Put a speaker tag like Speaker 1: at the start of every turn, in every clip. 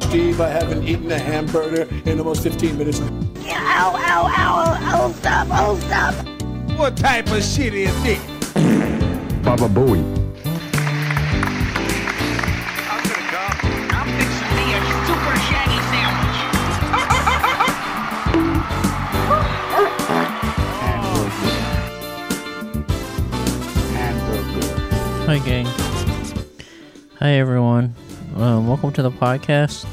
Speaker 1: Steve, I haven't eaten a hamburger in almost 15 minutes.
Speaker 2: Ow, ow, ow, ow, oh, stop, oh, stop.
Speaker 3: What type of shit is this?
Speaker 4: Baba Bowie.
Speaker 5: I'm gonna go. I'm fixing me a super shaggy sandwich.
Speaker 6: Hi, gang. Hi, everyone. Um, welcome to the podcast.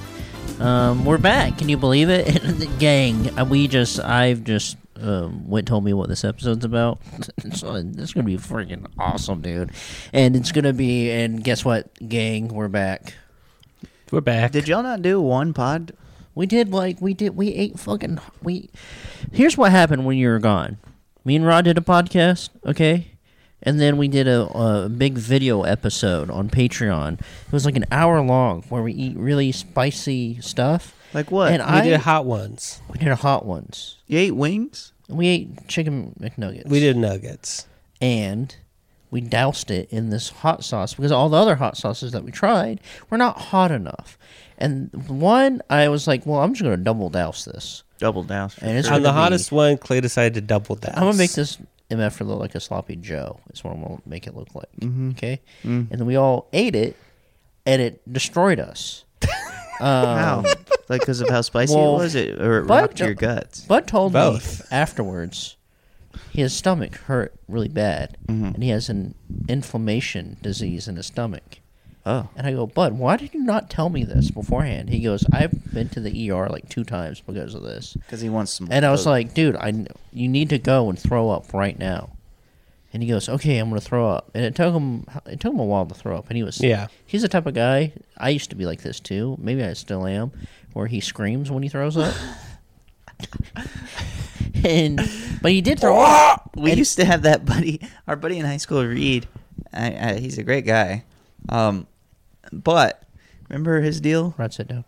Speaker 6: Um, we're back. Can you believe it, gang? uh, We just, I've just, um, Whit told me what this episode's about. so it's gonna be freaking awesome, dude. And it's gonna be, and guess what, gang? We're back.
Speaker 7: We're back.
Speaker 8: Did y'all not do one pod?
Speaker 6: We did like we did. We ate fucking. We. Here's what happened when you were gone. Me and Rod did a podcast, okay, and then we did a, a big video episode on Patreon. It was like an hour long where we eat really spicy stuff.
Speaker 8: Like what?
Speaker 6: And
Speaker 8: We
Speaker 7: we
Speaker 6: I
Speaker 7: did hot ones.
Speaker 6: we did hot ones.
Speaker 8: You ate wings?
Speaker 6: We ate chicken McNuggets.
Speaker 7: We did nuggets.
Speaker 6: and we doused it in this hot sauce because all the other hot sauces that we tried were not hot enough. And one, I was like, well, I'm just gonna double douse this.
Speaker 8: Double down. for
Speaker 6: And it's
Speaker 8: sure.
Speaker 7: On the
Speaker 6: gonna be-
Speaker 7: hottest one, Clay decided to double down.
Speaker 6: I'm gonna make this MF look like a sloppy Joe. Is what I'm gonna make it look like. Okay, and then we all ate it, and it destroyed us.
Speaker 8: How? like because of how spicy
Speaker 6: Uh, Well,
Speaker 8: it was? It, or it
Speaker 6: but
Speaker 8: rocked your
Speaker 6: no-
Speaker 8: guts?
Speaker 6: Bud told
Speaker 7: Both.
Speaker 6: me afterwards his stomach hurt really bad, and he has an inflammation disease in his stomach.
Speaker 8: Oh.
Speaker 6: And I go, Bud, why did you not tell me this beforehand? He goes, I've been to the ER like two times because of this.
Speaker 8: Because he wants some.
Speaker 6: And I was
Speaker 8: Oh,
Speaker 6: like, dude, I kn- you need to go and throw up right now. And he goes, okay, I'm gonna throw up. And it took him it took him a while to throw up. And he was
Speaker 7: Yeah.
Speaker 6: He's the type of guy. I used to be like this too. Maybe I still am, where he screams when he throws up. and but he did throw up.
Speaker 8: We
Speaker 6: and-
Speaker 8: used to have that buddy, our buddy in high school, Reed. I, I, he's a great guy. Um, but remember his deal?
Speaker 6: Rod sit down.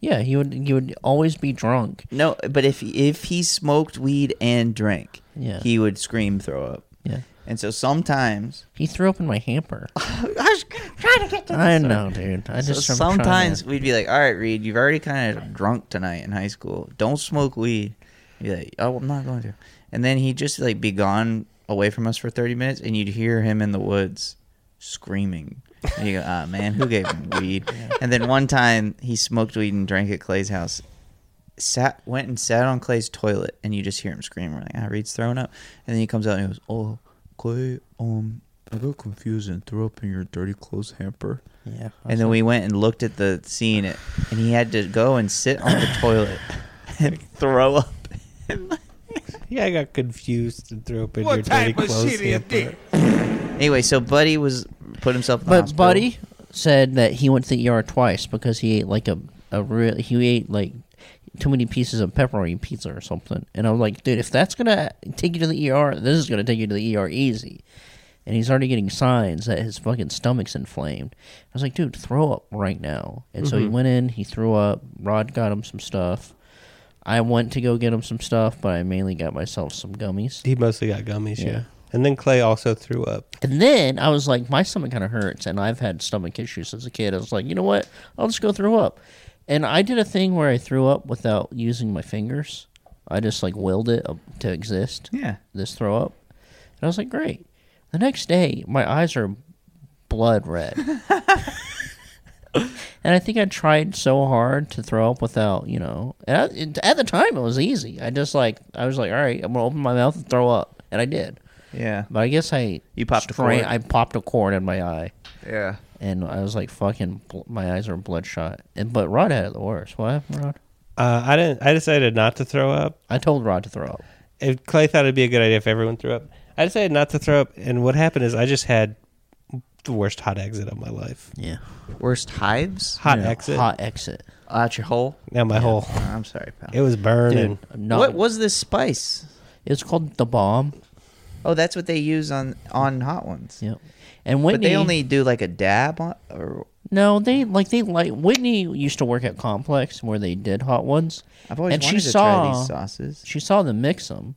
Speaker 6: Yeah, he would he would always be drunk.
Speaker 8: No, but if if he smoked weed and drank,
Speaker 6: Yeah.
Speaker 8: he would scream throw up.
Speaker 6: Yeah.
Speaker 8: And so sometimes,
Speaker 6: He threw up in my hamper. I was trying to get to I know, dude. I
Speaker 8: so
Speaker 6: just I'm trying to-
Speaker 8: sometimes we'd be like, "All right, Reed, you've already kind of drunk tonight in high school. Don't smoke weed." He'd be like, "Oh, I'm not going to." And then he'd just like be gone away from us for thirty minutes, and you'd hear him in the woods screaming. And you go, "Ah, man, who gave him weed?" And then one time he smoked weed and drank at Clay's house, sat went and sat on Clay's toilet, and you just hear him scream. We're like, "Ah, Reed's throwing up," and then he comes out and he goes, "Oh, Clay, um, I got confused and threw up in your dirty clothes hamper."
Speaker 6: Yeah.
Speaker 8: And then we went and looked at the scene, and he had to go and sit on the toilet and throw up.
Speaker 7: yeah, I got confused and threw up in
Speaker 3: What
Speaker 7: your dirty
Speaker 3: type of
Speaker 7: clothes.
Speaker 3: shit is
Speaker 7: hamper.
Speaker 3: this?
Speaker 8: Anyway, so Buddy was put himself in the
Speaker 6: But
Speaker 8: hospital.
Speaker 6: Buddy said that he went to the ER twice because he ate like a a real he ate like too many pieces of pepperoni pizza or something. And I was like, dude, if that's gonna take you to the ER, this is gonna take you to the ER easy. And he's already getting signs that his fucking stomach's inflamed. I was like, dude, throw up right now. And so
Speaker 8: Mm-hmm.
Speaker 6: he went in, he threw up. Rod got him some stuff. I went to go get him some stuff, but I mainly got myself some gummies.
Speaker 7: He mostly got gummies. Yeah.
Speaker 6: Yeah.
Speaker 7: And then Clay also threw up.
Speaker 6: And then I was like, my stomach kind of hurts, and I've had stomach issues as a kid. I was like, you know what? I'll just go throw up. And I did a thing where I threw up without using my fingers. I just like willed it up to exist.
Speaker 8: Yeah.
Speaker 6: This throw up. And I was like, great. The next day, my eyes are blood red. and I think I tried so hard to throw up without, you know, and I, it, at the time it was easy. I just like, I was like, all right, I'm going to open my mouth and throw up. And I did.
Speaker 8: Yeah.
Speaker 6: But I guess I
Speaker 8: You popped a
Speaker 6: strained-
Speaker 8: corn.
Speaker 6: I popped a corn in my eye,
Speaker 8: Yeah.
Speaker 6: and I was like, "Fucking!" Bl- my eyes were bloodshot. And but Rod had it the worst. What happened, Rod?
Speaker 7: Uh, I didn't. I decided not to throw up.
Speaker 6: I told Rod to throw up.
Speaker 7: If Clay thought it'd be a good idea if everyone threw up, I decided not to throw up. And what happened is I just had the worst hot exit of my life.
Speaker 6: Yeah,
Speaker 8: Worst hives
Speaker 7: Hot exit.
Speaker 6: hot exit.
Speaker 8: out your hole.
Speaker 7: Now my whole.
Speaker 8: I'm sorry, pal.
Speaker 7: It was burning.
Speaker 6: Dude, no,
Speaker 8: What was this spice?
Speaker 6: it's called the bomb.
Speaker 8: Oh, that's what they use on on hot ones.
Speaker 6: Yep. And
Speaker 8: But
Speaker 6: Whitney,
Speaker 8: they only do like a dab on, or
Speaker 6: no, they like they like Whitney used to work at Complex where they did hot ones.
Speaker 8: I've always
Speaker 6: and
Speaker 8: wanted
Speaker 6: she
Speaker 8: to
Speaker 6: saw
Speaker 8: try these sauces.
Speaker 6: she saw them mix them,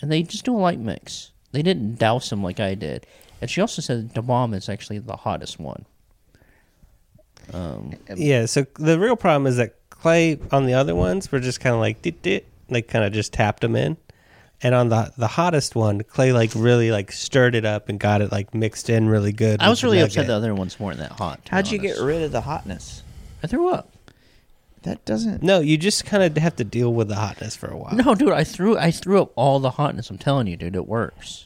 Speaker 6: and they just do a light mix. They didn't douse them like I did. And she also said the bomb is actually the hottest one.
Speaker 7: Yeah, so the real problem is that Clay on the other ones were just kind of like dit dit, like kind of just tapped them in, and on the the hottest one, Clay like really like stirred it up and got it like mixed in really good.
Speaker 6: I was really upset
Speaker 7: though.
Speaker 6: the other ones weren't that hot. to be
Speaker 8: How'd you get
Speaker 6: honest.
Speaker 8: rid of the hotness?
Speaker 6: I threw up.
Speaker 8: That doesn't.
Speaker 7: No, you just kind of have to deal with the hotness for a while.
Speaker 6: No, dude, I threw I threw up all the hotness. I'm telling you, dude, it works.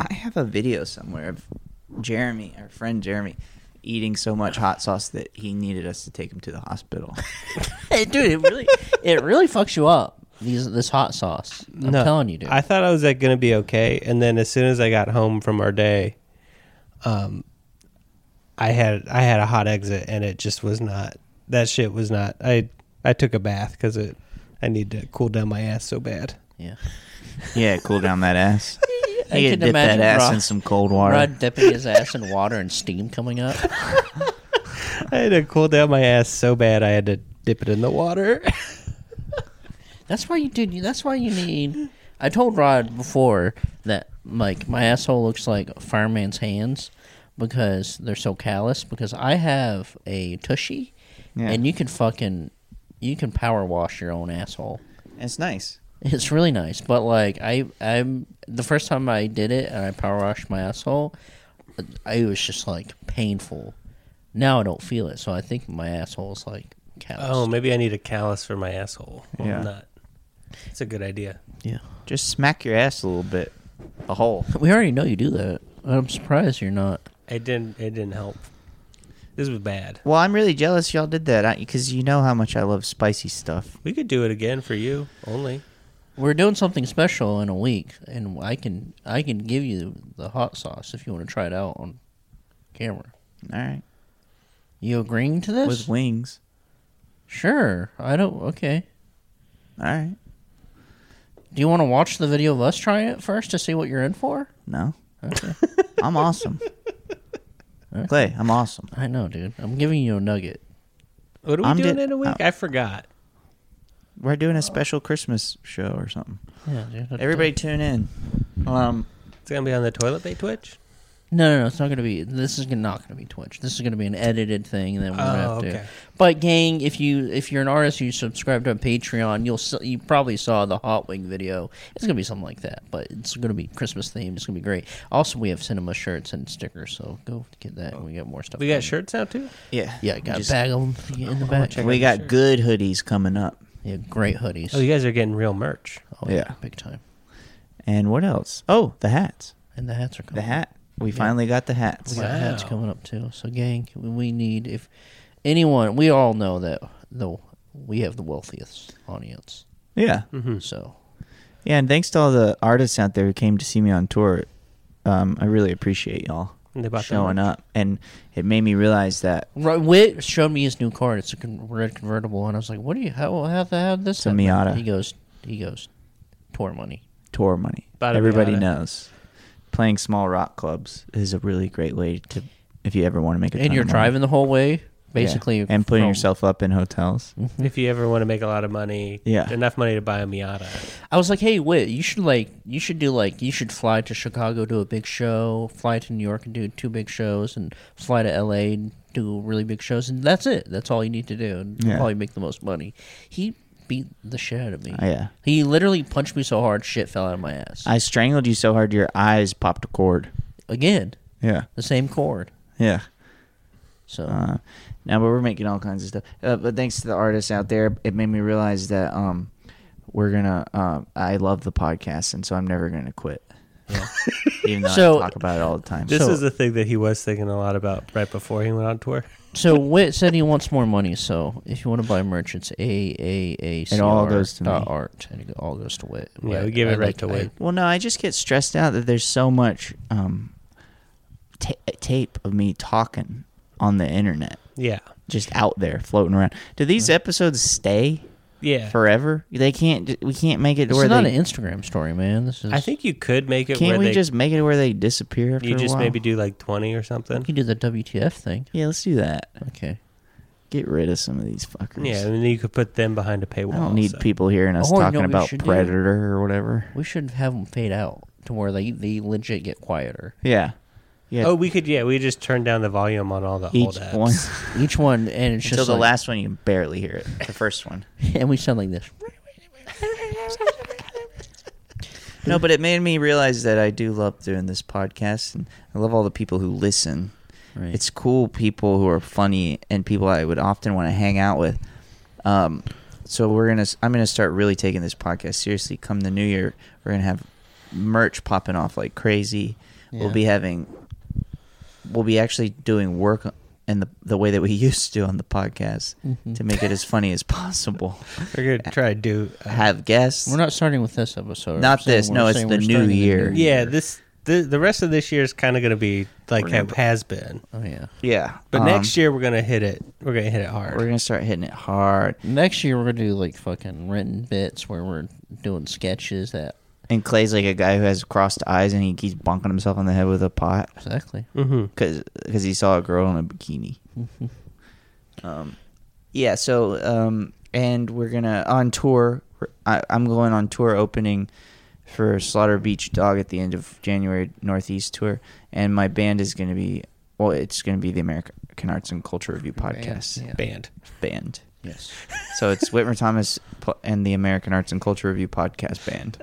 Speaker 8: I have a video somewhere of Jeremy, our friend Jeremy, eating so much hot sauce that he needed us to take him to the hospital.
Speaker 6: Hey, dude, it really it really fucks you up. These this hot sauce. I'm
Speaker 7: No,
Speaker 6: telling you, dude.
Speaker 7: I thought I was like, going to be okay, and then as soon as I got home from our day, um, I had I had a hot exit, and it just was not. That shit was not. I I took a bath because it. I need to cool down my ass so bad.
Speaker 6: yeah.
Speaker 8: yeah, cool down that ass.
Speaker 6: I
Speaker 8: You
Speaker 6: can
Speaker 8: gotta dip that
Speaker 6: imagine
Speaker 8: ass
Speaker 6: Rod-
Speaker 8: in some cold water.
Speaker 6: Rod dipping his ass in water and steam coming up.
Speaker 7: I had to cool down my ass so bad I had to dip it in the water.
Speaker 6: That's why you dude. you- That's why you need. I told Rod before that like my asshole looks like a fireman's hands because they're so callous. Because I have a tushy,
Speaker 8: Yeah.
Speaker 6: and you can fucking you can power wash your own asshole.
Speaker 8: It's nice.
Speaker 6: It's really nice, but like I, I'm the first time I did it and I power washed my asshole, I it was just like painful. Now I don't feel it, so I think my asshole's like calloused.
Speaker 7: Oh, maybe I need a callus for my asshole. Well,
Speaker 8: Yeah.
Speaker 7: I'm not. It's a good idea.
Speaker 6: yeah.
Speaker 8: Just smack your ass a little bit. A hole.
Speaker 6: We already know you do that. I'm surprised you're not.
Speaker 7: It didn't. It didn't help. This was bad.
Speaker 8: Well, I'm really jealous y'all did that because you know how much I love spicy stuff.
Speaker 7: We could do it again for you only.
Speaker 6: We're doing something special in a week, and I can I can give you the hot sauce if you want to try it out on camera.
Speaker 8: All right.
Speaker 6: You agreeing to this?
Speaker 8: With wings.
Speaker 6: sure. I don't. Okay.
Speaker 8: All right.
Speaker 6: Do you want to watch the video of us trying it first to see what you're in for?
Speaker 8: No.
Speaker 6: Okay.
Speaker 8: I'm awesome. Clay, I'm awesome.
Speaker 6: I know, dude. I'm giving you a nugget.
Speaker 7: What are we
Speaker 8: I'm
Speaker 7: doing
Speaker 8: di-
Speaker 7: in a week?
Speaker 8: uh,
Speaker 7: I forgot.
Speaker 8: We're doing a special Christmas show or something.
Speaker 6: Yeah, dude.
Speaker 8: Everybody tune in. Um,
Speaker 7: It's gonna be on the toilet bay Twitch.
Speaker 6: No, no, no. It's not gonna be. This is gonna- not gonna be Twitch. This is gonna be an edited thing. And then we're gonna
Speaker 7: Oh,
Speaker 6: have to.
Speaker 7: okay.
Speaker 6: But gang, if you if you're an artist, you subscribe to Patreon. You'll s- you probably saw the hot wing video. It's gonna be something like that. But it's gonna be Christmas themed. It's gonna be great. Also, we have cinema shirts and stickers. So go get that. and we got more stuff.
Speaker 7: We got shirts out too.
Speaker 8: yeah.
Speaker 6: Yeah, got
Speaker 8: Just-
Speaker 6: a bag of them in the back.
Speaker 8: We got good hoodies coming up.
Speaker 6: Yeah, great hoodies.
Speaker 7: Oh, you guys are getting real merch.
Speaker 6: Oh, yeah,
Speaker 8: yeah.
Speaker 6: big time.
Speaker 8: And what else? Oh, the hats.
Speaker 6: And the hats are coming.
Speaker 8: The hat. We finally got the hats.
Speaker 6: We got hats
Speaker 7: Wow.
Speaker 6: coming up too. So, gang, we need if anyone. We all know that though we have the wealthiest audience.
Speaker 8: Yeah.
Speaker 6: Hmm. So,
Speaker 8: Yeah, and thanks to all the artists out there who came to see me on tour. Um, I really appreciate y'all
Speaker 7: And they bought the
Speaker 8: showing
Speaker 7: merch.
Speaker 8: up. And it made me realize that
Speaker 6: right, Whit showed me his new car. It's a con- red convertible, and I was like, "What do you how how the how this?"
Speaker 8: It's a
Speaker 6: happen?"
Speaker 8: Miata.
Speaker 6: He goes, he goes, tour money.
Speaker 8: tour money.
Speaker 7: Bada
Speaker 8: Everybody
Speaker 7: bada.
Speaker 8: knows playing small rock clubs is a really great way to, if you ever want to make a ton
Speaker 6: And you're
Speaker 8: of money.
Speaker 6: driving the whole way,
Speaker 8: Yeah.
Speaker 6: basically,
Speaker 8: and putting
Speaker 6: from-
Speaker 8: yourself up in hotels.
Speaker 7: If you ever want to make a lot of money,
Speaker 8: Yeah.
Speaker 7: enough money to buy a Miata.
Speaker 6: I was like, "Hey, Whit, you should like, you should do like, you should fly to Chicago, do a big show, fly to New York and do two big shows, and fly to L.A. and do really big shows, and that's it. That's all you need to do, and you'll
Speaker 8: Yeah.
Speaker 6: probably make the most money." He beat the shit out of me.
Speaker 8: Oh, yeah.
Speaker 6: he literally punched me so hard, shit fell out of my ass.
Speaker 8: I strangled you so hard your eyes popped a cord.
Speaker 6: Again,
Speaker 8: Yeah,
Speaker 6: the same chord.
Speaker 8: yeah.
Speaker 6: So
Speaker 8: Uh, now, but we're making all kinds of stuff. Uh, but thanks to the artists out there, it made me realize that um, we're gonna. Um, I love the podcast, and so I'm never gonna quit. Even though
Speaker 6: So-
Speaker 8: I talk about it all the time.
Speaker 7: This
Speaker 6: So-
Speaker 7: is the thing that he was thinking a lot about right before he went on tour.
Speaker 6: So Whit said he wants more money. So if you want to buy merch, it's a a a
Speaker 8: It all goes to me.
Speaker 6: dot art, and it all goes to Whit.
Speaker 7: Yeah,
Speaker 6: Right,
Speaker 7: we give it
Speaker 6: I
Speaker 7: right
Speaker 6: like-
Speaker 7: to
Speaker 6: I-
Speaker 7: Whit.
Speaker 8: well, no, I just get stressed out that there's so much um, ta tape of me talking on the internet,
Speaker 7: Yeah,
Speaker 8: just out there floating around. Do these episodes stay
Speaker 7: yeah.
Speaker 8: forever? They can't. We can't make it to
Speaker 6: This
Speaker 8: where
Speaker 6: is not
Speaker 8: they.
Speaker 6: an Instagram story, man. This is.
Speaker 7: I think you could make it where
Speaker 8: Can't we
Speaker 7: they,
Speaker 8: just make it where they disappear? After
Speaker 7: you
Speaker 8: a
Speaker 7: just
Speaker 8: while?
Speaker 7: maybe do like twenty or something.
Speaker 6: you can do the WTF thing.
Speaker 8: Yeah, let's do that.
Speaker 6: Okay.
Speaker 8: Get rid of some of these fuckers.
Speaker 7: Yeah, and then you could put them behind a paywall.
Speaker 8: I don't need
Speaker 7: so-
Speaker 8: people hearing us
Speaker 6: Oh, you know
Speaker 8: talking
Speaker 6: what we
Speaker 8: about
Speaker 6: should do?
Speaker 8: Predator or whatever.
Speaker 6: We should have them fade out to where they they legit get quieter.
Speaker 8: Yeah. Yeah.
Speaker 7: Oh, we could. Yeah, we just turned down the volume on all the old
Speaker 8: Each
Speaker 7: apps.
Speaker 8: one
Speaker 6: Each one, and it's
Speaker 8: until
Speaker 6: just
Speaker 8: the
Speaker 6: like-
Speaker 8: last one, you can barely hear it. The first one.
Speaker 6: and we sound like this.
Speaker 8: No, but it made me realize that I do love doing this podcast, and I love all the people who listen.
Speaker 6: Right.
Speaker 8: It's cool people who are funny and people I would often want to hang out with. Um, so we're gonna, I'm gonna start really taking this podcast seriously. Come the new year, we're gonna have merch popping off like crazy. We'll
Speaker 6: Yeah.
Speaker 8: be having, we'll be actually doing work in the the way that we used to on the podcast
Speaker 6: Mm-hmm.
Speaker 8: to make it as funny as possible.
Speaker 7: We're gonna try to do.
Speaker 8: have guests.
Speaker 6: We're not starting with this episode.
Speaker 8: Not
Speaker 6: I'm saying
Speaker 8: this,
Speaker 6: we're
Speaker 8: no, it's
Speaker 6: saying
Speaker 8: the
Speaker 6: we're
Speaker 8: new
Speaker 6: starting
Speaker 8: year.
Speaker 7: yeah, this the the rest of this year is kind of gonna be like how it
Speaker 8: Remember.
Speaker 7: has been.
Speaker 6: Oh yeah.
Speaker 8: yeah,
Speaker 7: But
Speaker 8: Um,
Speaker 7: next year we're gonna hit it. We're gonna hit it hard.
Speaker 8: we're gonna start hitting it hard.
Speaker 6: Next year we're gonna do like fucking written bits where we're doing sketches that
Speaker 8: And Clay's like a guy who has crossed eyes and he keeps bonking himself on the head with a pot
Speaker 6: exactly.
Speaker 7: Mm-hmm.
Speaker 8: because he saw a girl in a bikini. um, yeah. So um, and we're gonna on tour. I, I'm going on tour opening for Slaughter Beach Dog at the end of January Northeast tour, and my band is gonna be well, it's gonna be the American Arts and Culture Review podcast
Speaker 6: yeah.
Speaker 7: Band.
Speaker 8: band.
Speaker 6: Yes.
Speaker 8: So it's Whitmer Thomas po- and the American Arts and Culture Review podcast band.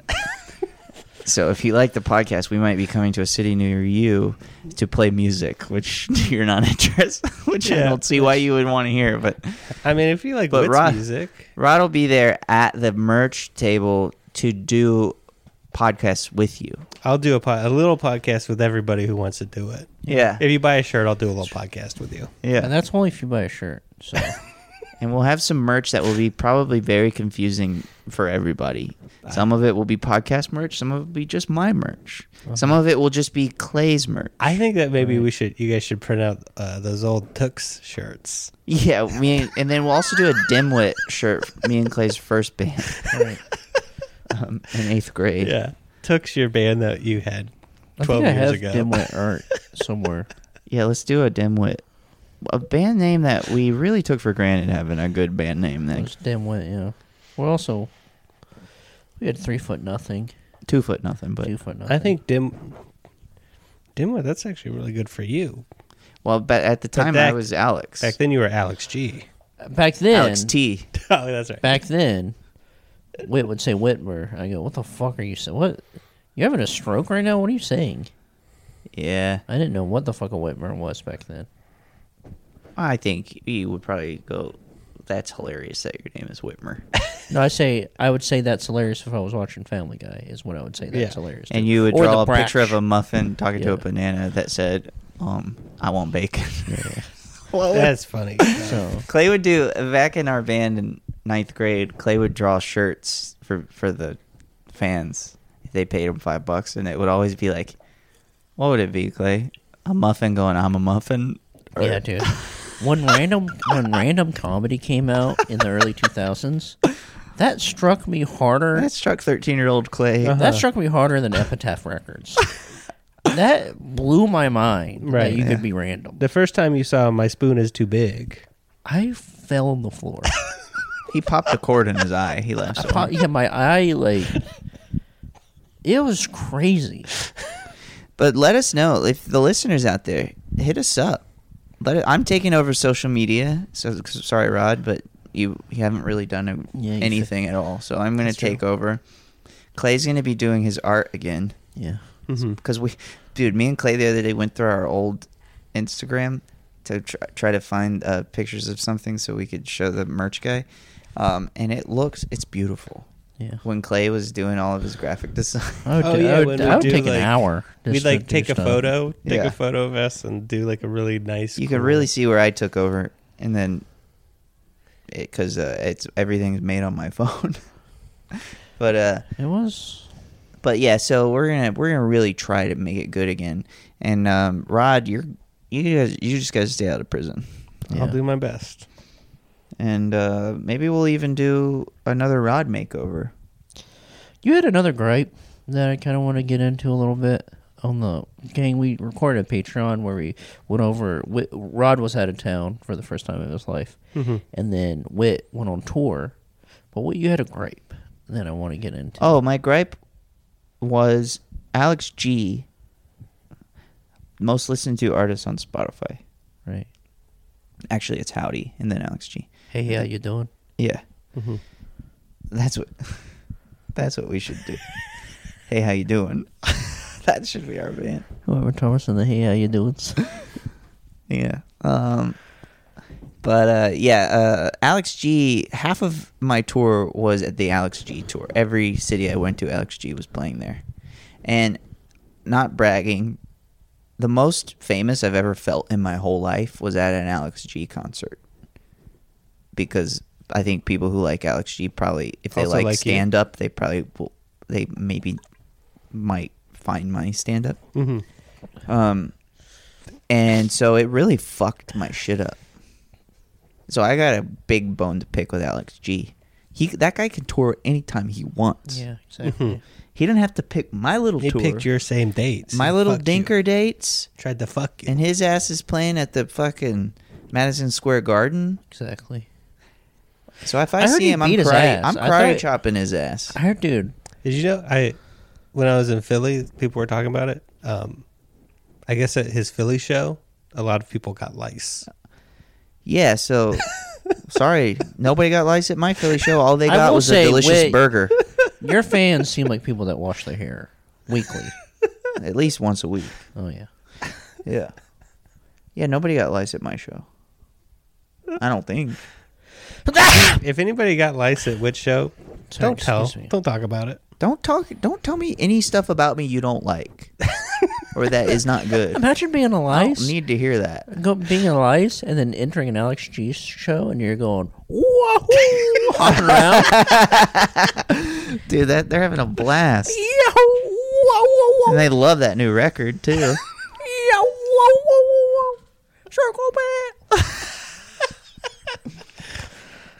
Speaker 8: so if you like the podcast, we might be coming to a city near you to play music, which you're not interested. Which I
Speaker 7: Yeah.
Speaker 8: don't see why you would want to hear. But
Speaker 7: I mean, if you like
Speaker 8: But
Speaker 7: Wits
Speaker 8: Ron-
Speaker 7: music,
Speaker 8: Rod will be there at the merch table to do podcasts with you.
Speaker 7: I'll do a po- a little podcast with everybody who wants to do it.
Speaker 8: Yeah,
Speaker 7: If you buy a shirt, I'll do a little podcast with you.
Speaker 6: And
Speaker 8: yeah.
Speaker 6: that's only if you buy a shirt. So
Speaker 8: And we'll have some merch that will be probably very confusing for everybody. Some of it will be podcast merch. Some of it will be just my merch. Some of it will just be Clay's merch.
Speaker 7: I think that maybe we should. You guys should print out uh, those old Tux shirts.
Speaker 8: Yeah, me and, and then we'll also do a dimwit shirt. Me and Clay's first band
Speaker 6: right.
Speaker 8: um, in eighth grade.
Speaker 7: Yeah, Tux your band that you had
Speaker 6: I
Speaker 7: twelve
Speaker 6: think I
Speaker 7: years
Speaker 6: have
Speaker 7: ago.
Speaker 6: dimwit art somewhere.
Speaker 8: Yeah, let's do a dimwit. A band name that we really took for granted having a good band name.
Speaker 6: It
Speaker 8: Then
Speaker 6: was dimwit. Yeah. Well, also we had three foot nothing,
Speaker 8: two foot nothing, but
Speaker 6: two foot nothing.
Speaker 7: I think dim. Dimwit, that's actually really good for you.
Speaker 8: well, but at the time I
Speaker 7: that-
Speaker 8: was Alex,
Speaker 7: Back then, you were Alex G.
Speaker 6: back then.
Speaker 8: Alex T.
Speaker 7: oh, that's right.
Speaker 6: back then, Whit would say Whitmer. I go, what the fuck are you saying? What? You having a stroke right now? What are you saying?
Speaker 8: Yeah,
Speaker 6: I didn't know what the fuck a Whitmer was back then.
Speaker 8: I think you would probably go. That's hilarious that your name is Whitmer,
Speaker 6: No, I say I would say that's hilarious if I was watching Family Guy. Is what I would say that's
Speaker 7: Yeah.
Speaker 6: hilarious.
Speaker 8: and
Speaker 6: to.
Speaker 8: you would
Speaker 6: Or
Speaker 8: draw
Speaker 6: the
Speaker 8: a picture
Speaker 6: Bratch.
Speaker 8: of a muffin talking to a
Speaker 6: Yeah.
Speaker 8: banana that said, um, "I want bacon."
Speaker 7: That's funny.
Speaker 6: So
Speaker 8: Clay would do back in our band in ninth grade. Clay would draw shirts for for the fans. They paid him five bucks, and it would always be like, "What would it be, Clay? A muffin going? I'm a muffin." Or-
Speaker 6: yeah, dude. When random when random comedy came out in the early two thousands, that struck me harder.
Speaker 8: That struck thirteen year old Clay.
Speaker 6: that struck me harder than Epitaph Records. that blew my mind.
Speaker 7: Right,
Speaker 6: that you
Speaker 7: yeah.
Speaker 6: could be random.
Speaker 7: the first time you saw my spoon is too big.
Speaker 6: I fell on the floor.
Speaker 8: He popped a cord in his eye. He left. So
Speaker 6: Po- yeah, my eye like it was crazy.
Speaker 8: But let us know if the listeners out there hit us up. Let it, I'm taking over social media. So sorry, Rod, but you you haven't really done a,
Speaker 6: Yeah, you
Speaker 8: anything at all. So I'm going to take over. Clay's going to be doing his art again
Speaker 6: Yeah,
Speaker 8: because we, dude, me and Clay the other day went through our old Instagram to tr- try to find uh, pictures of something so we could show the merch guy, um, and it looks it's beautiful.
Speaker 6: yeah.
Speaker 8: When Clay was doing all of his graphic design,
Speaker 6: I would,
Speaker 7: Oh,
Speaker 6: do-
Speaker 7: yeah,
Speaker 6: I would,
Speaker 7: when
Speaker 6: I
Speaker 7: we
Speaker 6: would
Speaker 7: do,
Speaker 6: take an
Speaker 7: like-
Speaker 6: hour.
Speaker 7: We'd
Speaker 6: just to
Speaker 7: like
Speaker 6: do
Speaker 7: take a
Speaker 6: stuff.
Speaker 7: photo, take
Speaker 8: Yeah.
Speaker 7: a photo of us, and do like a really nice.
Speaker 8: you can
Speaker 7: cool-
Speaker 8: really see where I took over, and then because uh, it's everything's made on my phone. but uh,
Speaker 6: It was
Speaker 8: but yeah, so we're gonna we're gonna really try to make it good again. And um, Rod, you're you guys you just gotta stay out of prison,
Speaker 6: yeah.
Speaker 7: I'll do my best.
Speaker 8: and uh, maybe we'll even do another Rod makeover.
Speaker 6: You had another gripe that I kind of want to get into a little bit on the gang. We recorded a Patreon where we went over. Whit, Rod was out of town for the first time in his life, and then Wit went on tour. But what you had a gripe that I want to get into.
Speaker 8: Oh, my gripe was Alex G most listened to artist on Spotify.
Speaker 6: Right.
Speaker 8: Actually, it's Howdy and then Alex G.
Speaker 6: Hey, yeah, you doing?
Speaker 8: Yeah. That's what. That's what we should do. hey, how you doing? that should be our band.
Speaker 6: Whoever Thomas and the Hey, how you doing?
Speaker 8: Yeah. Um. But uh, yeah, uh, Alex G. Half of my tour was at the Alex G. tour. Every city I went to, Alex G. was playing there, and not bragging, the most famous I've ever felt in my whole life was at an Alex G. concert. Because I think people who like Alex G. probably, if they
Speaker 7: Also
Speaker 8: like,
Speaker 7: like you.
Speaker 8: stand up, they probably will, they maybe might find my stand up.
Speaker 7: Mm-hmm.
Speaker 8: Um, and so it really fucked my shit up. So I got a big bone to pick with Alex G. He that guy can tour anytime he wants.
Speaker 6: Yeah, exactly.
Speaker 8: He didn't have to pick my little
Speaker 7: They
Speaker 8: tour.
Speaker 7: picked your same dates.
Speaker 8: my little
Speaker 7: Fuck you.
Speaker 8: dinker dates,
Speaker 7: tried to fuck you.
Speaker 8: and his ass is playing at the fucking Madison Square Garden.
Speaker 6: exactly.
Speaker 8: So if I,
Speaker 6: I heard
Speaker 8: see
Speaker 6: he
Speaker 8: him, I'm
Speaker 6: beat his
Speaker 8: karate,
Speaker 6: ass.
Speaker 8: I'm
Speaker 6: I
Speaker 8: karate
Speaker 6: thought-
Speaker 8: chopping his ass.
Speaker 6: I heard, dude.
Speaker 7: Did you know I when I was in Philly, people were talking about it. Um, I guess at his Philly show, a lot of people got lice.
Speaker 8: Yeah. So sorry, nobody got lice at my Philly show. All they
Speaker 6: I
Speaker 8: got
Speaker 6: will
Speaker 8: was a
Speaker 6: say,
Speaker 8: delicious
Speaker 6: wait.
Speaker 8: burger,
Speaker 6: Your fans seem like people that wash their hair weekly.
Speaker 8: at least once a week.
Speaker 6: Oh yeah.
Speaker 8: Yeah. Yeah, nobody got lice at my show. I don't think.
Speaker 7: If anybody got lice at which show,
Speaker 6: Sorry,
Speaker 7: don't tell.
Speaker 6: excuse me.
Speaker 7: Don't talk about it.
Speaker 8: Don't talk don't tell me any stuff about me you don't like. or that is not good. I
Speaker 6: Imagine being a
Speaker 8: don't
Speaker 6: lice,
Speaker 8: need to hear that.
Speaker 6: go, being a lice, and then entering an Alex G show, and you're going wahoo, hopping around.
Speaker 8: Dude, that they're having a blast.
Speaker 6: Yeah, whoa, whoa, whoa.
Speaker 8: And they love that new record too.
Speaker 6: Yeah, whoa, whoa, whoa, whoa. Circle back.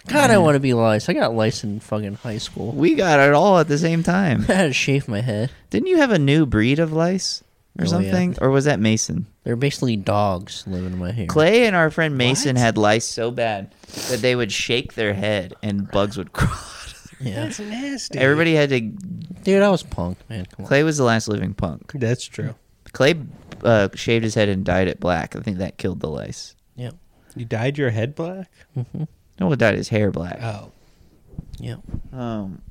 Speaker 6: God, I want to be lice. I got lice in fucking high school.
Speaker 8: We got it all at the same time.
Speaker 6: I had to shave my head.
Speaker 8: Didn't you have a new breed of lice
Speaker 6: Oh,
Speaker 8: or
Speaker 6: yeah.
Speaker 8: something? Or was that Mason?
Speaker 6: They're basically dogs living in my hair.
Speaker 8: Clay and our friend Mason had lice so bad that they would shake their head and bugs would crawl. out of them.
Speaker 6: Yeah.
Speaker 7: That's nasty.
Speaker 8: Everybody had to
Speaker 6: Dude, I was punk, man. Come on.
Speaker 8: Clay was the last living punk.
Speaker 7: That's true.
Speaker 8: Clay uh, shaved his head and dyed it black. I think that killed the lice.
Speaker 6: Yep.
Speaker 7: You dyed your head black.
Speaker 8: No one dyed his hair black.
Speaker 7: Oh,
Speaker 6: Yep.
Speaker 8: Um,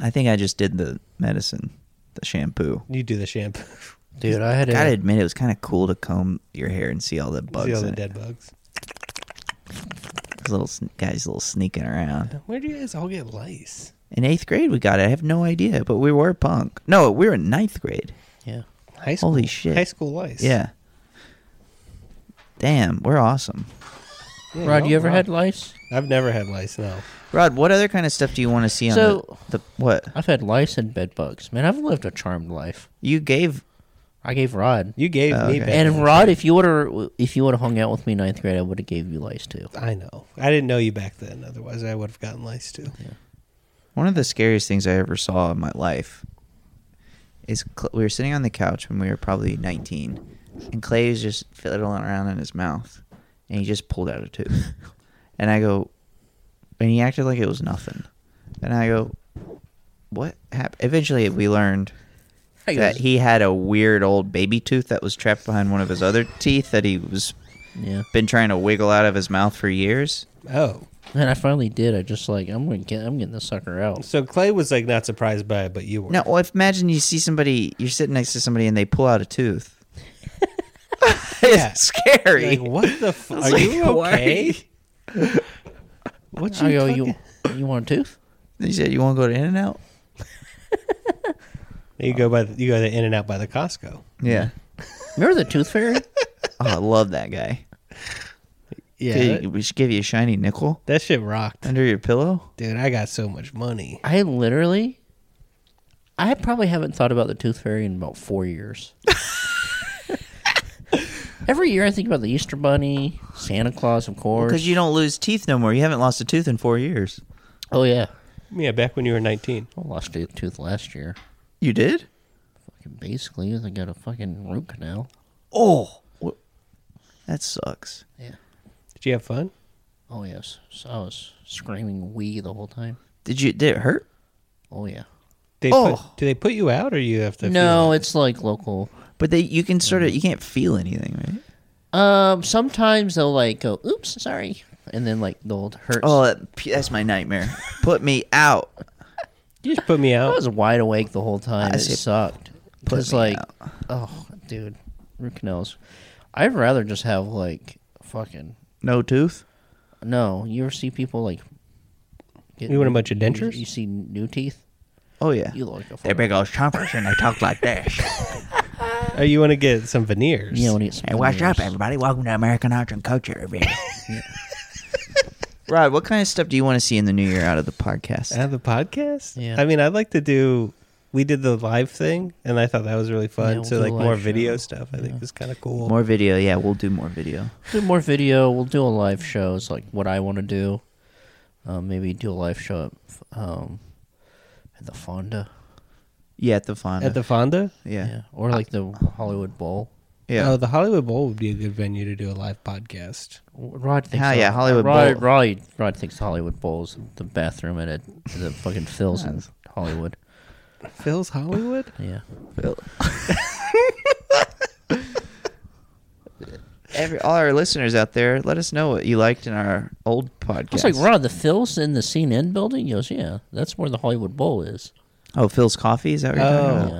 Speaker 8: I think I just did the medicine, the shampoo.
Speaker 7: you do the shampoo.
Speaker 6: Dude, I had
Speaker 8: Gotta
Speaker 6: a
Speaker 8: admit, it was kind of cool to comb your hair and see all the bugs.
Speaker 7: See all
Speaker 8: in
Speaker 7: the
Speaker 8: it.
Speaker 7: dead bugs.
Speaker 8: Those little sn- guys, little sneaking around.
Speaker 7: Where do you guys all get lice?
Speaker 8: In eighth grade, we got it. I have no idea, but we were punk. No, we were in ninth grade.
Speaker 6: yeah.
Speaker 7: High
Speaker 6: Oh,
Speaker 7: school.
Speaker 8: Holy shit!
Speaker 7: High school lice.
Speaker 8: Yeah. Damn, we're awesome.
Speaker 6: Rod, you ever
Speaker 7: wow.
Speaker 6: had lice?
Speaker 7: I've never had lice. No.
Speaker 8: Rod, what other kind of stuff do you want to see on
Speaker 6: So-
Speaker 8: the, the what?
Speaker 6: I've had lice and bed bugs. Man, I've lived a charmed life.
Speaker 8: You gave
Speaker 6: I gave Rod.
Speaker 7: You gave
Speaker 8: Oh,
Speaker 7: me
Speaker 8: okay.
Speaker 7: bad
Speaker 6: And
Speaker 7: lice.
Speaker 6: Rod, if you would have if you would have hung out with me in ninth grade, I would have gave you lice too.
Speaker 7: I know. I didn't know you back then. Otherwise, I would have gotten lice too.
Speaker 8: One of the scariest things I ever saw in my life is Cl- we were sitting on the couch when we were probably 19, and Clay was just fiddling around in his mouth, and he just pulled out a tooth. and I go, and he acted like it was nothing. And I go, what happened? Eventually, we learned that he had a weird old baby tooth that was trapped behind one of his other teeth that he was
Speaker 6: Yeah.
Speaker 8: been trying to wiggle out of his mouth for years.
Speaker 7: Oh,
Speaker 6: And I finally did. I just like I'm gonna get I'm getting the sucker out.
Speaker 7: so Clay was like not surprised by it, but you were.
Speaker 8: No, well, if- imagine you see somebody, you're sitting next to somebody, and they pull out a tooth. it's
Speaker 7: Yeah.
Speaker 8: scary.
Speaker 7: Like what the? F- are
Speaker 8: was
Speaker 7: you
Speaker 8: like, why are
Speaker 7: okay?
Speaker 8: you-
Speaker 7: What
Speaker 6: I
Speaker 7: you?
Speaker 6: go,
Speaker 7: talking-
Speaker 6: Oh, you you want a tooth?
Speaker 8: They said, "You want to go to In and Out?"
Speaker 7: You go by. The, you go to In and Out by the Costco.
Speaker 8: Yeah.
Speaker 6: Remember the tooth fairy?
Speaker 8: Oh, I love that guy.
Speaker 7: Yeah,
Speaker 8: Could-
Speaker 7: that,
Speaker 8: we should give you a shiny nickel
Speaker 7: that shit rocked,
Speaker 8: under your pillow.
Speaker 7: dude. I got so much money.
Speaker 6: I literally I probably haven't thought about the tooth fairy in about four years. Every year I think about the Easter Bunny, Santa Claus, of course.
Speaker 8: Because you don't lose teeth no more. You haven't lost a tooth in four years.
Speaker 6: oh yeah,
Speaker 7: Yeah, back when you were nineteen.
Speaker 6: I lost a tooth last year.
Speaker 8: You did?
Speaker 6: Fucking basically, I got a fucking root canal.
Speaker 8: Oh, wh- that sucks.
Speaker 7: Did you have fun?
Speaker 6: Oh yes, so I was screaming "wee" the whole time.
Speaker 8: Did you? Did it hurt?
Speaker 6: Oh yeah.
Speaker 7: They
Speaker 8: Oh.
Speaker 7: put, do they put you out, or you have to?
Speaker 6: No,
Speaker 7: feel-
Speaker 6: it's like local.
Speaker 8: But they, you can sort of, you can't feel anything, right?
Speaker 6: Um, sometimes they'll like go, "Oops, sorry," and then like they'll hurt.
Speaker 8: Oh, that- p- that's my nightmare. Put me out.
Speaker 7: You just put me
Speaker 6: I
Speaker 7: out.
Speaker 6: was wide awake the whole time.
Speaker 8: I
Speaker 6: it
Speaker 8: say,
Speaker 6: sucked.
Speaker 8: put
Speaker 6: Cause
Speaker 8: me
Speaker 6: like,
Speaker 8: out.
Speaker 6: oh, dude, root canals. I'd rather just have like fucking
Speaker 8: No tooth.
Speaker 6: no. You ever see people like? Get
Speaker 7: You want a bunch of
Speaker 6: you-
Speaker 7: dentures?
Speaker 6: You, see new teeth?
Speaker 8: Oh yeah.
Speaker 6: You look like a
Speaker 8: They're
Speaker 6: fucking.
Speaker 8: big old chompers and they talk like this.
Speaker 7: Oh, you want to get some veneers?
Speaker 6: You know, when you get some
Speaker 8: Hey, what's up,
Speaker 6: veneers.
Speaker 8: everybody? Welcome to American Arts and Culture Review. Rod, what kind of stuff do you want to see in the new year out of the podcast?
Speaker 7: I have a podcast.
Speaker 6: Yeah.
Speaker 7: I mean, I'd like to do. We did the live thing, and I thought that was really fun.
Speaker 6: Yeah, we'll
Speaker 7: so
Speaker 6: do
Speaker 7: like
Speaker 6: a live
Speaker 7: more
Speaker 6: show.
Speaker 7: video stuff, I think is kind of cool.
Speaker 8: More video. Yeah, we'll do more video.
Speaker 6: do more video. We'll do a live show. It's like what I want to do. Um, maybe do a live show at, um, at the Fonda.
Speaker 8: Yeah, at the Fonda.
Speaker 7: at the Fonda.
Speaker 8: yeah.
Speaker 6: Yeah, or like the Hollywood Bowl.
Speaker 8: Yeah.
Speaker 6: Uh,
Speaker 7: Oh, the Hollywood Bowl would be a good venue to do a live podcast.
Speaker 6: Rod thinks.
Speaker 8: Hell yeah, Hollywood
Speaker 6: Rod,
Speaker 8: Bowl.
Speaker 6: Rod, Rod thinks Hollywood Bowl's the bathroom at it, the fucking Phil's in Hollywood.
Speaker 7: Phil's Hollywood.
Speaker 6: Yeah.
Speaker 8: Every, all our listeners out there, let us know what you liked in our old podcast.
Speaker 6: I was like, Rod, the Phil's in the CNN building? He goes, yeah, that's where the Hollywood Bowl is.
Speaker 8: oh, Phil's Coffee? Is that what you're talking about?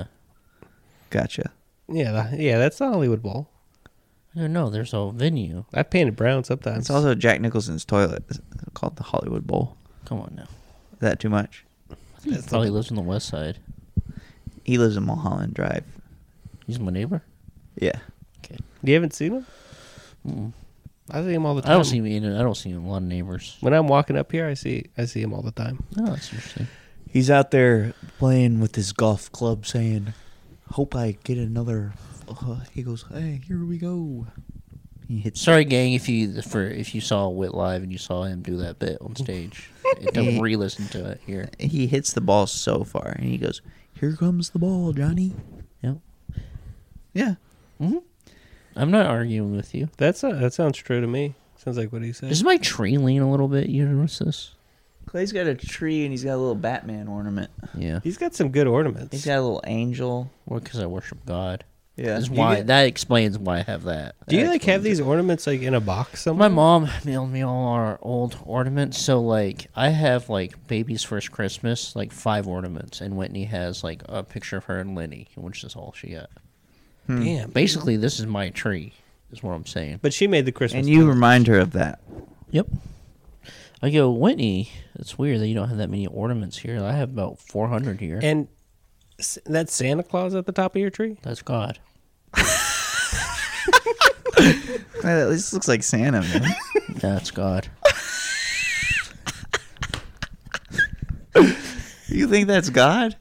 Speaker 6: Yeah.
Speaker 8: Gotcha.
Speaker 7: yeah, the, yeah, that's the Hollywood Bowl.
Speaker 6: I don't know. There's a venue.
Speaker 7: I painted brown sometimes.
Speaker 8: It's also Jack Nicholson's toilet It's called the Hollywood Bowl.
Speaker 6: Come on now.
Speaker 8: Is that too much?
Speaker 6: I think he probably lives on the west side.
Speaker 8: He lives in Mulholland Drive.
Speaker 6: He's my neighbor.
Speaker 8: Yeah.
Speaker 6: Okay.
Speaker 7: you haven't seen him. I see him all the time.
Speaker 6: I don't see him in it. I don't see him in a lot of neighbors.
Speaker 7: when I'm walking up here. I see I see him all the time.
Speaker 6: No, that's interesting.
Speaker 9: He's out there playing with his golf club, saying, "Hope I get another." Uh, he goes, "Hey, here we go."
Speaker 8: He hits
Speaker 6: Sorry, gang, if you for if you saw Wit live and you saw him do that bit on stage, don't re-listen to it here.
Speaker 8: he hits the ball so far and he goes,
Speaker 9: Here comes the ball, Johnny.
Speaker 6: Yep.
Speaker 8: Yeah.
Speaker 6: I'm not arguing with you.
Speaker 7: That's uh that sounds true to me. Sounds like what he said.
Speaker 6: Does my tree lean a little bit? You notice this?
Speaker 8: Clay's got a tree and he's got a little Batman ornament.
Speaker 6: Yeah.
Speaker 7: He's got some good ornaments.
Speaker 8: He's got a little angel.
Speaker 6: Well, because I worship God.
Speaker 8: Yeah.
Speaker 6: That's
Speaker 8: You
Speaker 6: why.
Speaker 8: get-
Speaker 6: that explains why I have that.
Speaker 7: Do you
Speaker 6: That
Speaker 7: like have
Speaker 6: explains
Speaker 7: these ornaments like in a box
Speaker 6: My
Speaker 7: somewhere?
Speaker 6: mom mailed me all our old ornaments, so like I have like baby's first Christmas, like five ornaments, and Whitney has like a picture of her and Lenny, which is all she got.
Speaker 7: Damn.
Speaker 6: Basically, this is my tree, is what I'm saying.
Speaker 7: Mm. But she made the Christmas.
Speaker 8: and you
Speaker 7: tree.
Speaker 8: remind her of that.
Speaker 6: Yep. I go, Whitney. It's weird that you don't have that many ornaments here. I have about 400 here.
Speaker 7: and s- that's Santa Claus at the top of your tree.
Speaker 6: That's God.
Speaker 8: Clay, at least looks like Santa, man.
Speaker 6: That's God.
Speaker 8: you think that's God?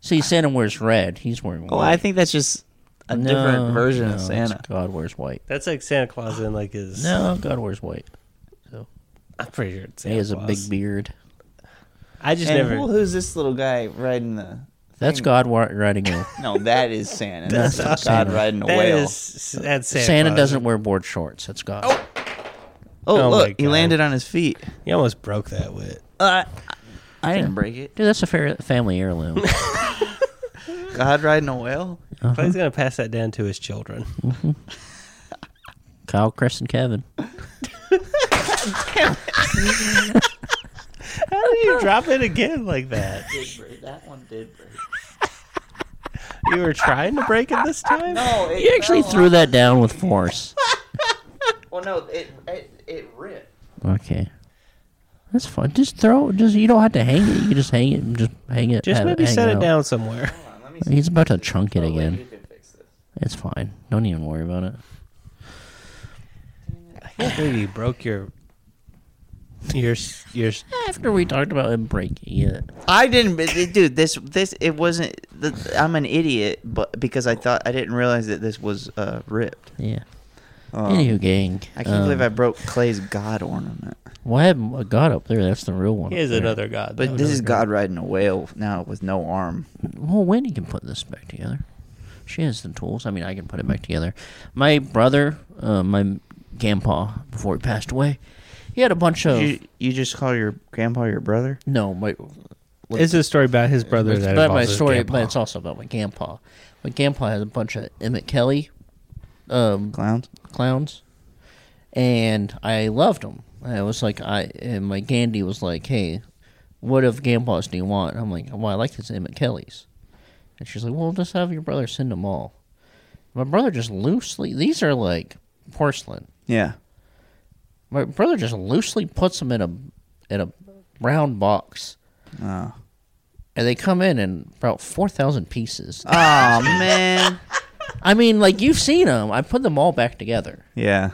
Speaker 6: See, Santa wears red. He's wearing white.
Speaker 8: Oh, I think that's just a
Speaker 6: No,
Speaker 8: different version
Speaker 6: no,
Speaker 8: of
Speaker 6: it's
Speaker 8: Santa.
Speaker 6: God wears white.
Speaker 7: That's like Santa Claus in like his.
Speaker 6: No, God wears white.
Speaker 7: I'm pretty sure it's
Speaker 6: He
Speaker 7: Santa
Speaker 6: has a
Speaker 7: Claus.
Speaker 6: big beard.
Speaker 7: I just
Speaker 8: And
Speaker 7: never.
Speaker 8: who- who's this little guy riding the?
Speaker 6: That's God wa- riding a.
Speaker 8: No, that is Santa. That's, not
Speaker 6: Santa.
Speaker 8: God riding a
Speaker 7: That
Speaker 8: whale.
Speaker 7: is that's Santa.
Speaker 6: Santa
Speaker 7: Claus.
Speaker 6: doesn't wear board shorts. That's God.
Speaker 8: Oh,
Speaker 7: Oh my
Speaker 8: look, he
Speaker 7: God.
Speaker 8: landed on his feet.
Speaker 7: He almost broke that wit.
Speaker 8: Uh, I didn't break it.
Speaker 6: Dude, that's a fair family heirloom.
Speaker 8: God riding a whale.
Speaker 7: Clay's gonna pass that down to his children.
Speaker 6: Kyle, Chris, and Kevin.
Speaker 7: How do you drop it again like that?
Speaker 8: That one did break.
Speaker 7: You were trying to break it this time.
Speaker 8: No, Oh, it
Speaker 6: You actually threw that down with force.
Speaker 8: Well, oh, no, it it, it ripped.
Speaker 6: Okay. That's fun. Just throw. Just you don't have to hang it. You can just hang it. and Just hang it.
Speaker 7: Just
Speaker 6: have
Speaker 7: maybe
Speaker 6: hang
Speaker 7: set it
Speaker 6: out.
Speaker 7: down somewhere.
Speaker 6: He's about to chunk it
Speaker 8: Oh, Wait, you
Speaker 6: again.
Speaker 8: can fix this.
Speaker 6: It's fine. Don't even worry about it.
Speaker 7: I can't believe you broke your your your.
Speaker 6: After we talked about him breaking it,
Speaker 8: I didn't, but it- dude. This this it wasn't. The, I'm an idiot, but because I thought I didn't realize that this was uh, ripped. Um,
Speaker 6: yeah. Anywho, gang.
Speaker 8: Oh.
Speaker 6: um,
Speaker 8: I can't believe I broke Clay's God ornament.
Speaker 6: Well, I haven't a god up there. That's the real one. up
Speaker 7: Here's
Speaker 6: there.
Speaker 7: another god.
Speaker 8: But this is God riding a whale now with no arm.
Speaker 6: Well, Wendy can put this back together. She has the tools. I mean, I can put it back together. My brother, uh, my grandpa, before he passed away, he had a bunch of
Speaker 8: You you just call your grandpa your brother?
Speaker 6: no. My
Speaker 7: It's a story about his brother.
Speaker 6: it's
Speaker 7: that
Speaker 6: about my
Speaker 7: involves his
Speaker 6: story,
Speaker 7: grandpa.
Speaker 6: but it's also about my grandpa. But Gamefly has a bunch of Emmett Kelly um,
Speaker 8: Clowns.
Speaker 6: clowns, and I loved them. I was like, I and my Gandhi was like, hey, what if Gameplots do you want? I'm like, well, I like this Emmett Kelly's, and she's like, well, just have your brother send them all. My brother just loosely these are like porcelain.
Speaker 8: Yeah.
Speaker 6: My brother just loosely puts them in a in a round box,
Speaker 8: Oh.
Speaker 6: and they come in in about four thousand pieces.
Speaker 8: Oh man.
Speaker 6: I mean, like you've seen them. I put them all back together.
Speaker 8: Yeah,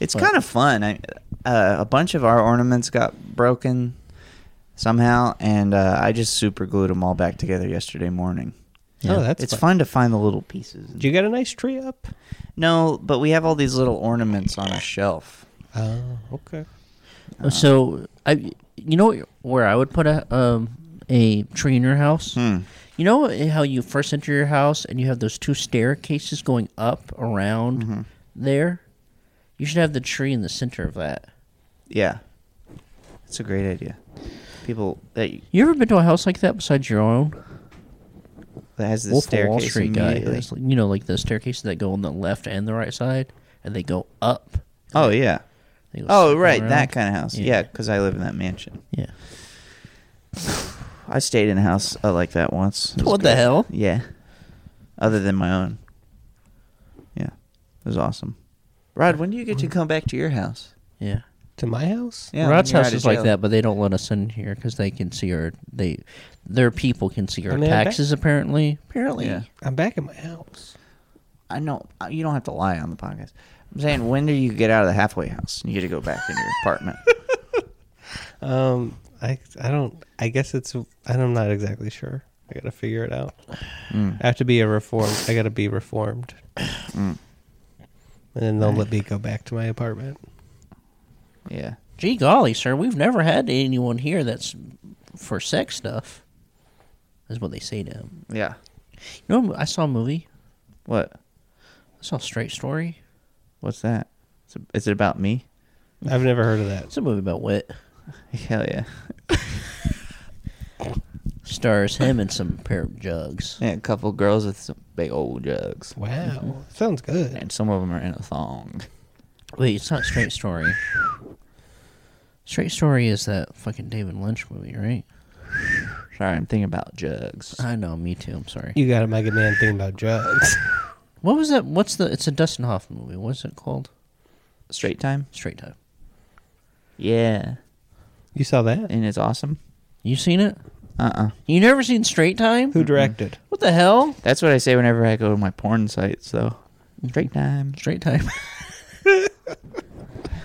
Speaker 8: it's kind of fun. I, uh, a bunch of our ornaments got broken somehow, and uh, I just super glued them all back together yesterday morning.
Speaker 7: Oh, that's
Speaker 8: it's
Speaker 7: fun.
Speaker 8: fun to find the little pieces.
Speaker 7: Did you get a nice tree up?
Speaker 8: No, but we have all these little ornaments on a shelf.
Speaker 7: Oh, okay.
Speaker 6: So I, you know, where I would put a um a tree in your house.
Speaker 8: Hmm.
Speaker 6: You know how you first enter your house and you have those two staircases going up around there. You should have the tree in the center of that.
Speaker 8: Yeah, it's a great idea. People that,
Speaker 6: You ever been to a house like that besides your own?
Speaker 8: that has this
Speaker 6: Wolf of
Speaker 8: staircase
Speaker 6: Wall Street guy.
Speaker 8: immediately.
Speaker 6: is, You know, like the staircases that go on the left and the right side, and they go up.
Speaker 8: Oh yeah.
Speaker 6: They go
Speaker 8: Oh
Speaker 6: circle
Speaker 8: right,
Speaker 6: around.
Speaker 8: that kind of house.
Speaker 6: Yeah.
Speaker 8: Yeah, because I live in that mansion.
Speaker 6: Yeah.
Speaker 8: I stayed in a house uh, like that once. It was
Speaker 6: What the
Speaker 8: great.
Speaker 6: hell?
Speaker 8: Yeah. Other than my own. Yeah. It was awesome. Rod, when do you get to come back to your house?
Speaker 6: Yeah.
Speaker 7: To my house?
Speaker 8: Yeah,
Speaker 6: Rod's
Speaker 8: when you're
Speaker 6: house
Speaker 8: out of
Speaker 6: is like
Speaker 8: jail.
Speaker 6: that, but they don't let us in here because they can see our they their people can see our
Speaker 7: I mean, I bet-
Speaker 6: taxes. Apparently, apparently,
Speaker 8: Yeah.
Speaker 7: I'm back in my house.
Speaker 8: I know. uh, You don't have to lie on the podcast. I'm saying, when do you get out of the halfway house and you get to go back in your apartment?
Speaker 7: Um, I I don't. I guess it's. I'm not exactly sure. I gotta figure it out.
Speaker 6: Mm.
Speaker 7: I have to be a reformed. I gotta be reformed. And then they'll let me go back to my apartment.
Speaker 8: yeah.
Speaker 6: Gee golly, sir, we've never had anyone here that's for sex stuff. Is what they say to him.
Speaker 8: Yeah.
Speaker 6: You know, I saw a movie.
Speaker 8: What?
Speaker 6: I saw Straight Story.
Speaker 8: What's that? Is it, is it about me?
Speaker 7: I've never heard of that.
Speaker 6: It's a movie about wit.
Speaker 8: Hell yeah.
Speaker 6: Stars him and some pair of jugs.
Speaker 8: Yeah, a couple girls with some big old jugs.
Speaker 7: Wow, Mm-hmm. sounds good.
Speaker 8: And some of them are in a thong.
Speaker 6: Wait, it's not Straight Story. Straight Story is that fucking David Lynch movie, right?
Speaker 8: Sorry, I'm thinking about jugs.
Speaker 6: I know, me too. I'm sorry.
Speaker 7: You got a Mega Man thing about drugs.
Speaker 6: What was that? What's the? It's a Dustin Hoffman movie. What's it called?
Speaker 8: Straight time?
Speaker 6: Straight Time.
Speaker 8: Yeah.
Speaker 7: You saw that?
Speaker 8: And it's awesome?
Speaker 6: You seen it?
Speaker 8: Uh uh
Speaker 6: You never seen Straight Time?
Speaker 7: Who directed?
Speaker 6: What the hell?
Speaker 8: That's what I say whenever I go to my porn sites, though. Straight time.
Speaker 6: Straight Time.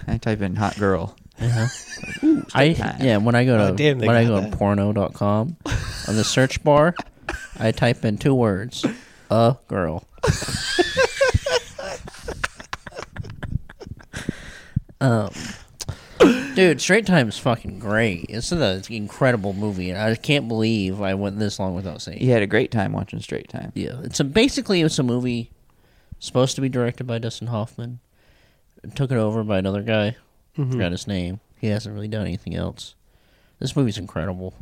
Speaker 8: I type in hot girl.
Speaker 6: I
Speaker 8: Time.
Speaker 6: yeah. When I go to
Speaker 7: Oh, damn, they
Speaker 6: when I go
Speaker 7: got
Speaker 6: to
Speaker 7: that.
Speaker 6: porno.com on the search bar, I type in two words: a girl. um, dude, Straight Time is fucking great. It's an incredible movie, and I can't believe I went this long without seeing. it.
Speaker 8: You had a great time watching Straight Time.
Speaker 6: Yeah, it's a, basically it's a movie supposed to be directed by Dustin Hoffman. It took it over by another guy.
Speaker 8: Mm-hmm.
Speaker 6: Forgot his name. He hasn't really done anything else. This movie's incredible.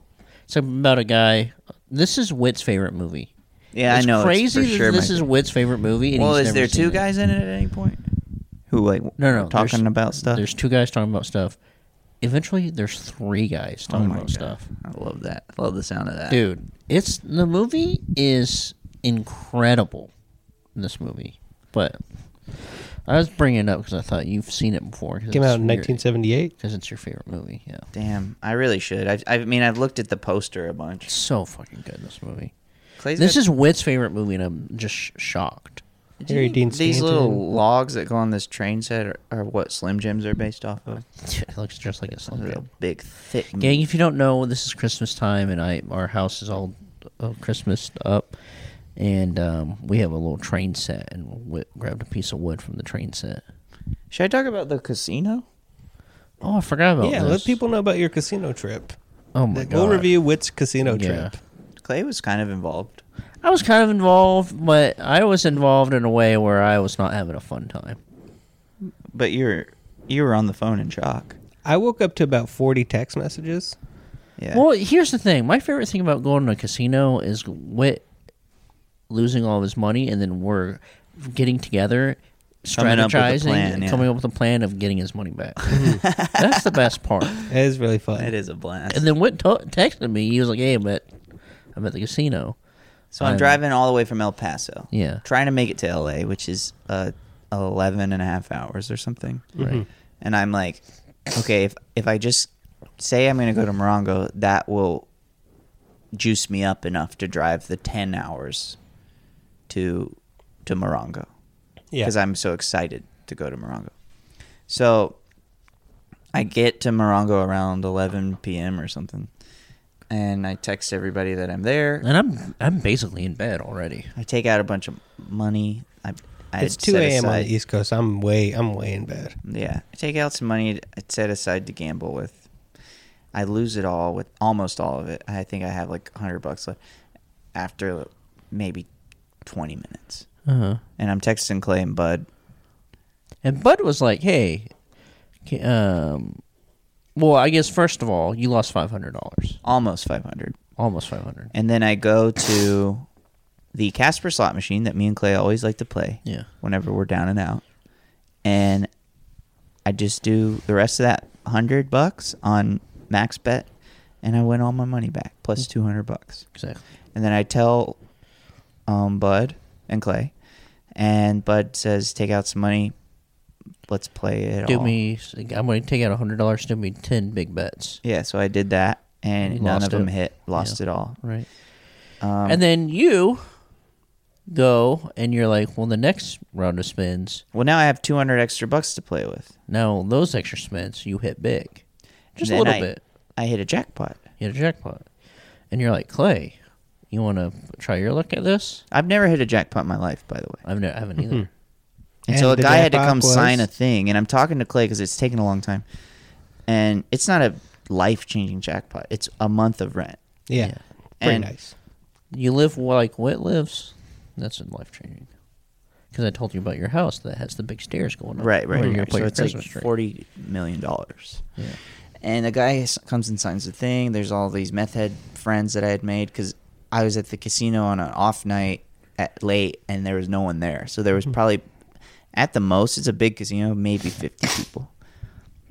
Speaker 6: It's about a guy. This is Witt's favorite movie.
Speaker 8: Yeah,
Speaker 6: it's
Speaker 8: I know.
Speaker 6: Crazy.
Speaker 8: It's for
Speaker 6: that
Speaker 8: sure
Speaker 6: this
Speaker 8: my-
Speaker 6: is Witt's favorite movie. And
Speaker 8: well,
Speaker 6: he's
Speaker 8: is
Speaker 6: never
Speaker 8: there
Speaker 6: seen
Speaker 8: two
Speaker 6: it.
Speaker 8: guys in it at any point? Who like
Speaker 6: No, no. there's-
Speaker 8: talking about stuff?
Speaker 6: There's two guys talking about stuff. Eventually, there's three guys
Speaker 8: oh
Speaker 6: talking
Speaker 8: my
Speaker 6: about
Speaker 8: god,
Speaker 6: stuff.
Speaker 8: I love that. I love the sound of that,
Speaker 6: Dude, it's the movie is incredible. in This movie, but I was bringing it up because I thought you've seen it before.
Speaker 7: Came out in 1978.
Speaker 6: because it's your favorite movie. Yeah,
Speaker 8: Damn, I really should. I, I mean, I've looked at the poster a bunch.
Speaker 6: it's so fucking good. This movie.
Speaker 8: Clay's
Speaker 6: This
Speaker 8: got
Speaker 6: is Witt's favorite movie, and I'm just sh- shocked.
Speaker 8: Do you
Speaker 7: Harry
Speaker 8: think
Speaker 7: Dean
Speaker 8: These
Speaker 7: Stanton.
Speaker 8: little logs that go on this train set are, are what Slim Jims are based off of.
Speaker 6: It looks just like a
Speaker 8: Those
Speaker 6: Slim
Speaker 8: are
Speaker 6: Jim.
Speaker 8: big, thick.
Speaker 6: Gang, if you don't know, this is Christmas time, and I our house is all uh, Christmas up, and um, we have a little train set, and Witt grabbed a piece of wood from the train set.
Speaker 8: Should I talk about the casino?
Speaker 6: Oh, I forgot about
Speaker 7: Yeah,
Speaker 6: this.
Speaker 7: let people know about your casino trip.
Speaker 6: Oh my god.
Speaker 7: We'll review Witt's casino
Speaker 6: Yeah.
Speaker 7: trip.
Speaker 8: Clay was kind of involved.
Speaker 6: I was kind of involved, but I was involved in a way where I was not having a fun time.
Speaker 8: But you're you were on the phone in shock.
Speaker 7: I woke up to about 40 text messages.
Speaker 8: Yeah.
Speaker 6: Well, here's the thing. My favorite thing about going to a casino is wit losing all of his money, and then we're getting together,
Speaker 8: Coming up with a
Speaker 6: strategizing,
Speaker 8: plan,
Speaker 6: and
Speaker 8: yeah.
Speaker 6: coming up with a plan of getting his money back. That's the best part.
Speaker 7: It is really fun.
Speaker 8: That is a blast.
Speaker 6: And then Whit t- texted me. He was like, "Hey, I'm at, I'm at the casino."
Speaker 8: so I'm
Speaker 6: I'm-
Speaker 8: driving all the way from El Paso.
Speaker 6: Yeah.
Speaker 8: Trying to make it to LA, which is uh, 11 and a half hours or something.
Speaker 6: Right.
Speaker 8: And I'm like, okay, if, if I just say I'm going to go to Morongo, that will juice me up enough to drive the 10 hours to to Morongo
Speaker 7: yeah.
Speaker 8: because I'm so excited to go to Morongo. So I get to Morongo around 11 p.m. or something, and I text everybody that I'm there.
Speaker 6: And I'm, I'm basically in bed already.
Speaker 8: I take out a bunch of money. I, I
Speaker 7: it's
Speaker 8: had
Speaker 7: two
Speaker 8: set
Speaker 7: a.m. on E
Speaker 8: aside-
Speaker 7: the East Coast. I'm way, I'm way in bed.
Speaker 8: Yeah, I take out some money I set aside to gamble with. I lose it all with almost all of it. I think I have like hundred bucks left after maybe twenty minutes.
Speaker 6: Uh-huh.
Speaker 8: And I'm texting Clay and Bud.
Speaker 6: And Bud was like, "Hey, ca- um, well, I guess first of all, you lost five hundred dollars,
Speaker 8: Almost five hundred.
Speaker 6: almost five hundred.
Speaker 8: And then I go to the Casper slot machine that me and Clay always like to play.
Speaker 6: Yeah.
Speaker 8: Whenever we're down and out. And I just do the rest of that hundred bucks on max bet and I win all my money back plus two hundred bucks.
Speaker 6: Exactly.
Speaker 8: And then I tell um, Bud and Clay and Bud says, Take out some money, let's play it
Speaker 6: Do
Speaker 8: all.
Speaker 6: me. I'm going to take out hundred dollars. Do me ten big bets.
Speaker 8: Yeah, so I did that and
Speaker 6: You
Speaker 8: none
Speaker 6: lost
Speaker 8: of them
Speaker 6: it.
Speaker 8: hit. Lost
Speaker 6: Yeah.
Speaker 8: it all.
Speaker 6: Right.
Speaker 8: Um,
Speaker 6: and then you go and you're like, well, the next round of spins,
Speaker 8: Well now I have two hundred extra bucks to play with.
Speaker 6: now those extra spins, you hit big, just a
Speaker 8: Then
Speaker 6: little
Speaker 8: I-
Speaker 6: bit.
Speaker 8: I hit a jackpot.
Speaker 6: You hit a jackpot, and you're like, Clay, you want to try your luck at this?
Speaker 8: I've never hit a jackpot in my life, by the way.
Speaker 6: I've never, I haven't either.
Speaker 8: And, so a
Speaker 7: the
Speaker 8: guy had to
Speaker 7: jackpot
Speaker 8: come
Speaker 7: was-
Speaker 8: sign a thing, and I'm talking to Clay because it's taking a long time, and it's not a life changing jackpot. It's a month of rent.
Speaker 7: Yeah,
Speaker 6: Yeah.
Speaker 7: pretty
Speaker 8: And-
Speaker 7: nice.
Speaker 6: you live like Whit lives. That's life changing. Because I told you about your house that has the big stairs going up.
Speaker 8: Right, right.
Speaker 6: where
Speaker 8: right.
Speaker 6: you're gonna put
Speaker 8: So
Speaker 6: your
Speaker 8: it's like
Speaker 6: Christmas tree.
Speaker 8: forty million dollars.
Speaker 6: Yeah.
Speaker 8: And the guy s- comes and signs the thing. There's all these meth head friends that I had made because I was at the casino on an off night at late, and there was no one there. So there
Speaker 6: Hmm.
Speaker 8: was probably, at the most, it's a big casino, maybe fifty people.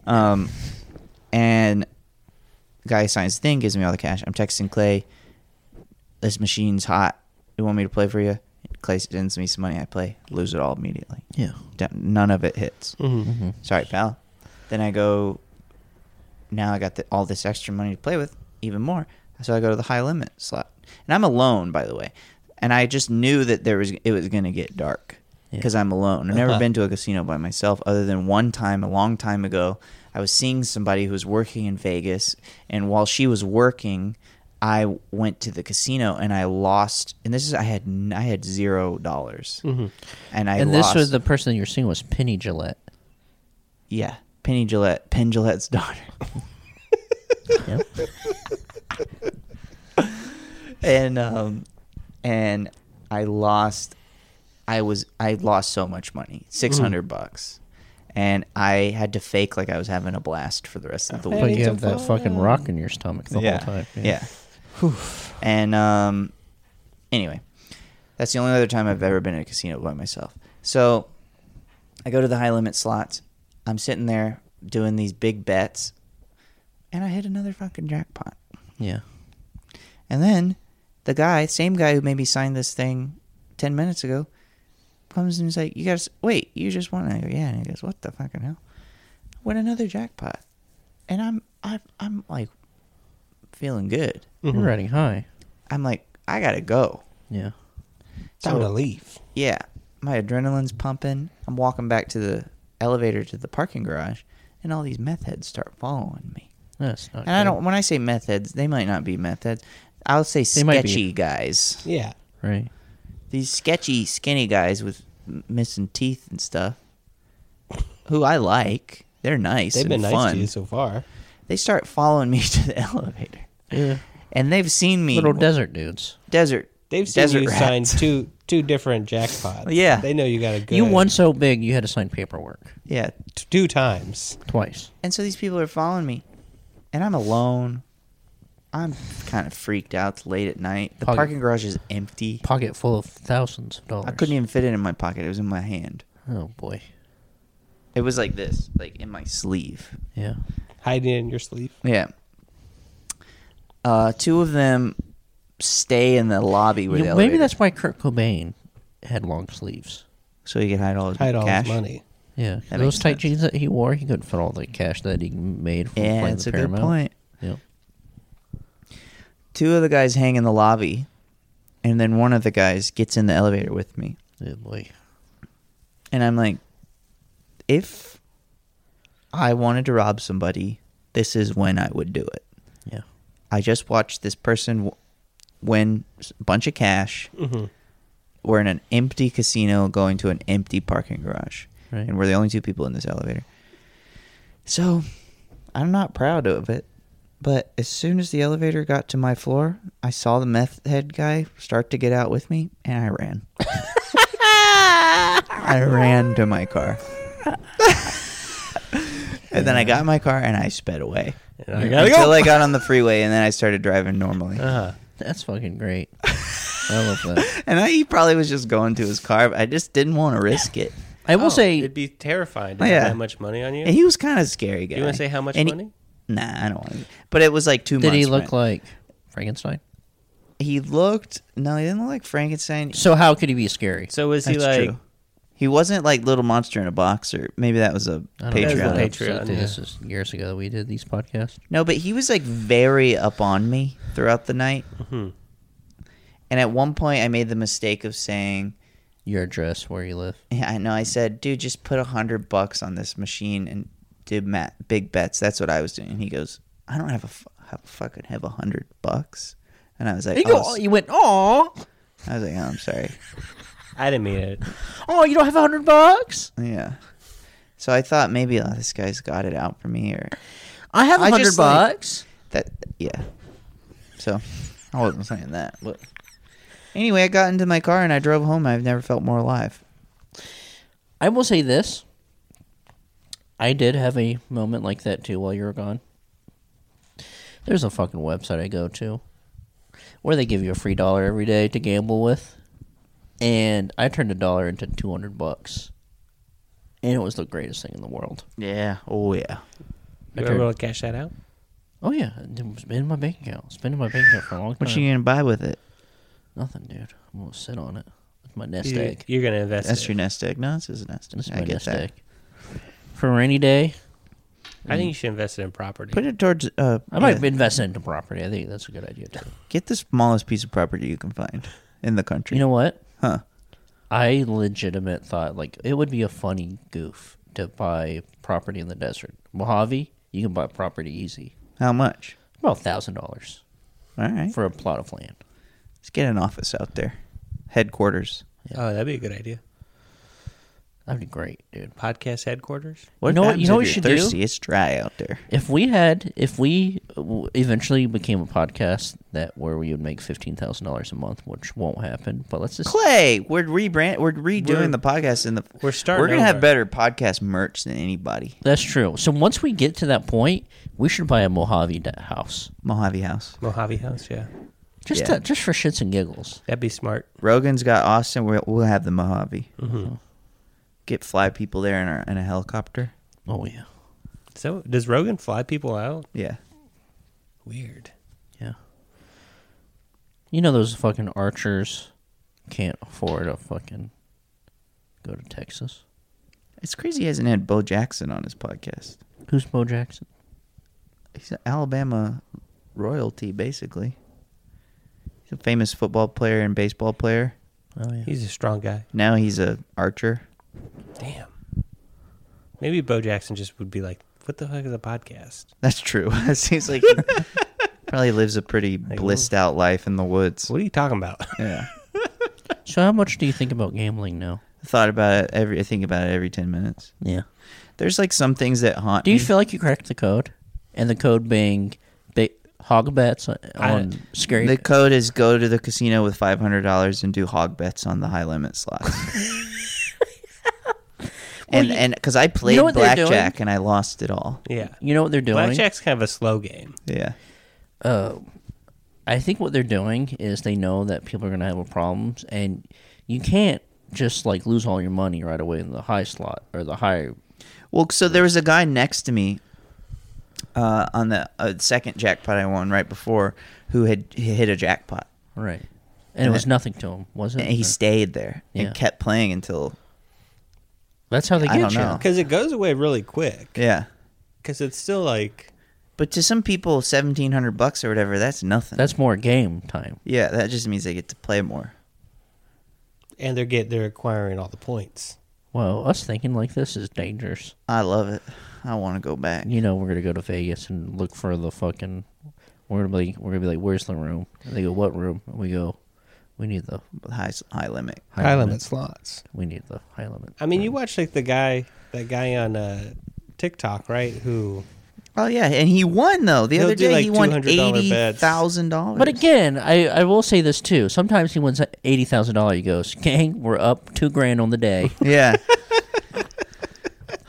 Speaker 8: Um, and the guy signs the thing, gives me all the cash. I'm texting Clay. This machine's hot. You want me to play for you? Clay sends me some money. I play, lose it all immediately.
Speaker 6: Yeah.
Speaker 8: Don't- None of it hits.
Speaker 7: Mm-hmm.
Speaker 8: Sorry, pal. Then I go. Now I got the, all this extra money to play with, even more. So I go to the high limit slot, and I'm alone, by the way. And I just knew that there was it was going to get dark
Speaker 6: Yeah.
Speaker 8: because I'm alone. I've never
Speaker 7: Uh-huh.
Speaker 8: been to a casino by myself, other than one time a long time ago. I was seeing somebody who was working in Vegas, and while she was working, I went to the casino and I lost. And this is I had n- I had zero dollars, and I
Speaker 6: and
Speaker 8: lost.
Speaker 6: this was the person you're seeing was Penny Gillette.
Speaker 8: Yeah, Penny Gillette, Penn Gillette's daughter.
Speaker 6: Yep.
Speaker 8: and um, and I lost. I was I lost so much money, six hundred bucks, and I had to fake like I was having a blast for the rest of the
Speaker 7: Hey,
Speaker 8: week.
Speaker 6: But you
Speaker 7: it's
Speaker 6: have
Speaker 7: a
Speaker 6: that
Speaker 7: fun-
Speaker 6: fucking rock in your stomach the whole time.
Speaker 8: Yeah. And um, anyway, that's the only other time I've ever been in a casino by myself. So I go to the high limit slots. I'm sitting there doing these big bets, and I hit another fucking jackpot.
Speaker 6: Yeah.
Speaker 8: And then the guy, same guy who maybe signed this thing 10 minutes ago, comes and he's like, You guys, wait, you just won. I go, Yeah. And he goes, What the fucking hell? Win another jackpot. And I'm, I'm, I'm like, feeling good.
Speaker 6: You're riding high.
Speaker 8: I'm like, I gotta go.
Speaker 6: Yeah.
Speaker 7: Time to leave.
Speaker 8: Yeah. My adrenaline's pumping. I'm walking back to the elevator to the parking garage, and all these meth heads start following me.
Speaker 6: That's not
Speaker 8: And I
Speaker 6: good.
Speaker 8: don't, when I say meth heads, they might not be meth heads. I'll say
Speaker 6: They might be.
Speaker 8: sketchy guys.
Speaker 7: Yeah,
Speaker 6: Right.
Speaker 8: these sketchy, skinny guys with m- missing teeth and stuff, who I like. They're nice.
Speaker 7: they've
Speaker 8: and
Speaker 7: been nice
Speaker 8: fun.
Speaker 7: to you so far.
Speaker 8: They start following me to the elevator,
Speaker 6: Yeah.
Speaker 8: and they've seen me
Speaker 6: Little desert dudes.
Speaker 8: desert.
Speaker 7: They've seen
Speaker 8: desert
Speaker 7: you
Speaker 8: rat.
Speaker 7: sign two two different jackpots.
Speaker 8: Yeah.
Speaker 7: they know you got a good.
Speaker 6: You won so big you had to sign paperwork
Speaker 8: Yeah,
Speaker 7: t- two times.
Speaker 6: twice.
Speaker 8: and so these people are following me, and I'm alone. I'm kind of freaked out. It's late at night. The
Speaker 6: Pocket-
Speaker 8: parking garage is empty.
Speaker 6: Pocket full of thousands of dollars.
Speaker 8: I couldn't even fit it in my pocket. It was in my hand.
Speaker 6: Oh boy.
Speaker 8: It was like this, like in my sleeve.
Speaker 6: Yeah.
Speaker 7: Hiding in your sleep.
Speaker 8: Yeah. Uh, two of them stay in the lobby with
Speaker 6: You-
Speaker 8: the
Speaker 6: maybe
Speaker 8: elevator,
Speaker 6: that's why Kurt Cobain had long sleeves.
Speaker 8: so he could hide all his
Speaker 7: Hide all
Speaker 8: cash.
Speaker 7: his money.
Speaker 6: Yeah,
Speaker 8: That
Speaker 6: those
Speaker 8: makes
Speaker 6: tight
Speaker 8: sense.
Speaker 6: jeans that he wore, he couldn't fit all the cash that he made from
Speaker 8: Yeah,
Speaker 6: playing
Speaker 8: that's
Speaker 6: the
Speaker 8: a good
Speaker 6: Paramount.
Speaker 8: point.
Speaker 6: Yeah.
Speaker 8: Two of the guys hang in the lobby, and then one of the guys gets in the elevator with me,
Speaker 6: Yeah, boy.
Speaker 8: and I'm like, if I wanted to rob somebody, this is when I would do it.
Speaker 6: Yeah.
Speaker 8: I just watched this person w- win s- a bunch of cash. We're in an empty casino going to an empty parking garage.
Speaker 6: Right.
Speaker 8: And we're the only two people in this elevator. So I'm not proud of it. But as soon as the elevator got to my floor, I saw the meth head guy start to get out with me and I ran. I ran to my car. and then I got in my car and I sped away.
Speaker 7: And I gotta
Speaker 8: Until
Speaker 7: go. Uh.
Speaker 8: I got on the freeway and then I started driving normally.
Speaker 7: Uh-huh.
Speaker 6: That's fucking great. I love that.
Speaker 8: And I, he probably was just going to his car, but I just didn't want to risk it.
Speaker 6: I will say,
Speaker 7: it'd be terrifying to
Speaker 8: Oh,
Speaker 7: have
Speaker 8: yeah.
Speaker 7: that much money on you.
Speaker 8: And he was kind of a scary guy.
Speaker 7: you want to say how much
Speaker 8: And he-
Speaker 7: money?
Speaker 8: nah, I don't want to. But it was like two
Speaker 6: did
Speaker 8: months.
Speaker 6: he look
Speaker 8: rent.
Speaker 6: like Frankenstein?
Speaker 8: He looked. No, he didn't look like Frankenstein.
Speaker 6: So how could he be scary?
Speaker 7: So is he
Speaker 8: That's
Speaker 7: like?
Speaker 8: true. He wasn't like Little Monster in a Box, or maybe that was a
Speaker 6: I don't know.
Speaker 7: Patreon.
Speaker 8: Patreon.
Speaker 7: That was
Speaker 6: episode,
Speaker 7: Patreon,
Speaker 6: dude.
Speaker 7: yeah.
Speaker 6: This is years ago that we did these podcasts.
Speaker 8: No, but he was like very up on me throughout the night.
Speaker 7: Mm-hmm.
Speaker 8: And at one point, I made the mistake of saying,
Speaker 6: Your address, where you live.
Speaker 8: Yeah, I know. I said, dude, just put a hundred bucks on this machine and do ma- big bets. That's what I was doing. And he goes, I don't have a f- have fucking have a hundred bucks. And I was like,
Speaker 6: You,
Speaker 8: oh,
Speaker 6: go,
Speaker 8: s-
Speaker 6: you went, oh,
Speaker 8: I was like, oh, I'm sorry.
Speaker 7: I didn't mean it.
Speaker 6: oh, you don't have a hundred bucks.
Speaker 8: Yeah. So I thought maybe oh, this guy's got it out for me or
Speaker 6: I have
Speaker 8: I
Speaker 6: a hundred
Speaker 8: just, like-
Speaker 6: bucks.
Speaker 8: that. Yeah. So I wasn't saying that. But anyway, I got into my car and I drove home. I've never felt more alive.
Speaker 6: I will say this. I did have a moment like that too while you were gone. There's a fucking website I go to where they give you a free dollar every day to gamble with. And I turned a dollar into 200 bucks. And it was the greatest thing in the world.
Speaker 8: Yeah. Oh yeah.
Speaker 7: You were able to cash that out?
Speaker 6: Oh, yeah. It was in my bank account. It's been in my bank account for a long time.
Speaker 8: What you gonna buy with it?
Speaker 6: Nothing, dude. I'm going to sit on it. It's my nest
Speaker 7: You,
Speaker 6: egg.
Speaker 7: you're gonna invest.
Speaker 8: That's
Speaker 7: That's
Speaker 8: your nest egg. No, this is a nest egg.
Speaker 6: It's my
Speaker 8: I get
Speaker 6: nest
Speaker 8: that.
Speaker 6: egg. For a rainy day,
Speaker 7: I think you should invest it in property.
Speaker 8: Put it towards. Uh,
Speaker 6: I might
Speaker 8: yeah.
Speaker 6: invest it into property. I think that's a good idea, too.
Speaker 8: Get the smallest piece of property you can find in the country.
Speaker 6: You know what?
Speaker 8: huh?
Speaker 6: I legitimate thought like it would be a funny goof to buy property in the desert. Mojave, you can buy property easy,
Speaker 8: How much?
Speaker 6: about thousand dollars
Speaker 8: All right.
Speaker 6: for a plot of land.
Speaker 8: Let's get an office out there, headquarters.
Speaker 7: Oh, that'd be a good idea.
Speaker 6: That'd be great, dude.
Speaker 7: Podcast headquarters.
Speaker 8: What
Speaker 6: know what-
Speaker 8: happens
Speaker 6: you know
Speaker 8: if
Speaker 6: what you
Speaker 8: you're
Speaker 6: should do?
Speaker 8: thirsty? It's dry out there.
Speaker 6: If we had, if we w- eventually became a podcast that where we would make fifteen thousand dollars a month, which won't happen, but let's just
Speaker 8: Clay, we're rebrand. We're redoing
Speaker 7: We're-
Speaker 8: the podcast in the.
Speaker 7: we're starting
Speaker 8: We're gonna
Speaker 7: over.
Speaker 8: have better podcast merch than anybody.
Speaker 6: that's true. So once we get to that point, we should buy a Mojave da- house
Speaker 8: Mojave House.
Speaker 7: Mojave House. Yeah,
Speaker 6: just
Speaker 8: Yeah.
Speaker 6: to, just for shits and giggles.
Speaker 7: that'd be smart.
Speaker 8: Rogan's got Austin. We'll, we'll have the Mojave.
Speaker 7: Mm-hmm.
Speaker 8: Get fly people there in, our, in a helicopter.
Speaker 6: Oh yeah,
Speaker 7: So, does Rogan fly people out?
Speaker 8: Yeah.
Speaker 7: Weird.
Speaker 6: yeah. You know those fucking archers can't afford a fucking go to Texas.
Speaker 8: It's crazy he hasn't had Bo Jackson on his podcast.
Speaker 6: Who's Bo Jackson?
Speaker 8: he's an Alabama royalty, basically. He's a famous football player and baseball player.
Speaker 6: Oh yeah.
Speaker 7: He's a strong guy.
Speaker 8: Now he's a archer.
Speaker 7: Damn. Maybe Bo Jackson just would be like, "What the fuck is a podcast?"
Speaker 8: That's true. it seems like he probably lives a pretty blissed out life in the woods.
Speaker 7: What are you talking about?
Speaker 8: Yeah,
Speaker 6: So how much do you think about gambling now?
Speaker 8: I thought about it every. I think about it every ten minutes.
Speaker 6: Yeah.
Speaker 8: There's like some things that haunt
Speaker 6: Do you
Speaker 8: me.
Speaker 6: feel like you cracked the code? And the code being big hog bets on
Speaker 7: I-
Speaker 6: scary
Speaker 8: the code is go to the casino with five hundred dollars and do hog bets on the high limit slots. and and because I played
Speaker 6: know what they're doing?
Speaker 8: blackjack and I lost it all.
Speaker 7: yeah.
Speaker 6: You know what they're doing?
Speaker 7: Blackjack's kind of a slow game.
Speaker 8: Yeah.
Speaker 6: Uh, I think what they're doing is they know that people are going to have problems, and you can't just like lose all your money right away in the high slot or the high.
Speaker 8: Well, so there was a guy next to me uh, on the uh, second jackpot I won right before who had hit a jackpot.
Speaker 6: Right. And it was nothing to him, was it?
Speaker 8: And he
Speaker 6: Or-
Speaker 8: stayed there
Speaker 6: Yeah.
Speaker 8: and kept playing until,
Speaker 6: That's how they
Speaker 8: I
Speaker 6: get
Speaker 8: don't
Speaker 6: you.
Speaker 8: know.
Speaker 7: Because it goes away really quick.
Speaker 8: Oh. yeah.
Speaker 7: Because it's still like
Speaker 8: But to some people, 1700 bucks or whatever, that's nothing.
Speaker 6: That's more game time.
Speaker 8: yeah, that just means they get to play more.
Speaker 7: and they're get they're acquiring all the points.
Speaker 6: Well, us thinking like this is dangerous.
Speaker 8: I love it. I want to go back.
Speaker 6: You know, we're gonna go to Vegas and look for the fucking. We're gonna be. We're gonna be like, "Where's the room?" And they go, "What room?" And we go, "We need the
Speaker 8: High, high limit.
Speaker 6: high,
Speaker 7: slots.
Speaker 6: We need the high limit."
Speaker 7: I mean, you watch like the guy that guy on uh, TikTok, right? Who
Speaker 8: Oh, yeah. And he won, though. The
Speaker 7: He'll
Speaker 8: other
Speaker 7: do,
Speaker 8: day,
Speaker 7: like,
Speaker 8: he won
Speaker 7: $200 bets.
Speaker 8: $80,000.
Speaker 6: But again, I, I will say this too. Sometimes he wins eighty thousand dollars. He goes, "Gang, we're up two grand on the day."
Speaker 8: Yeah.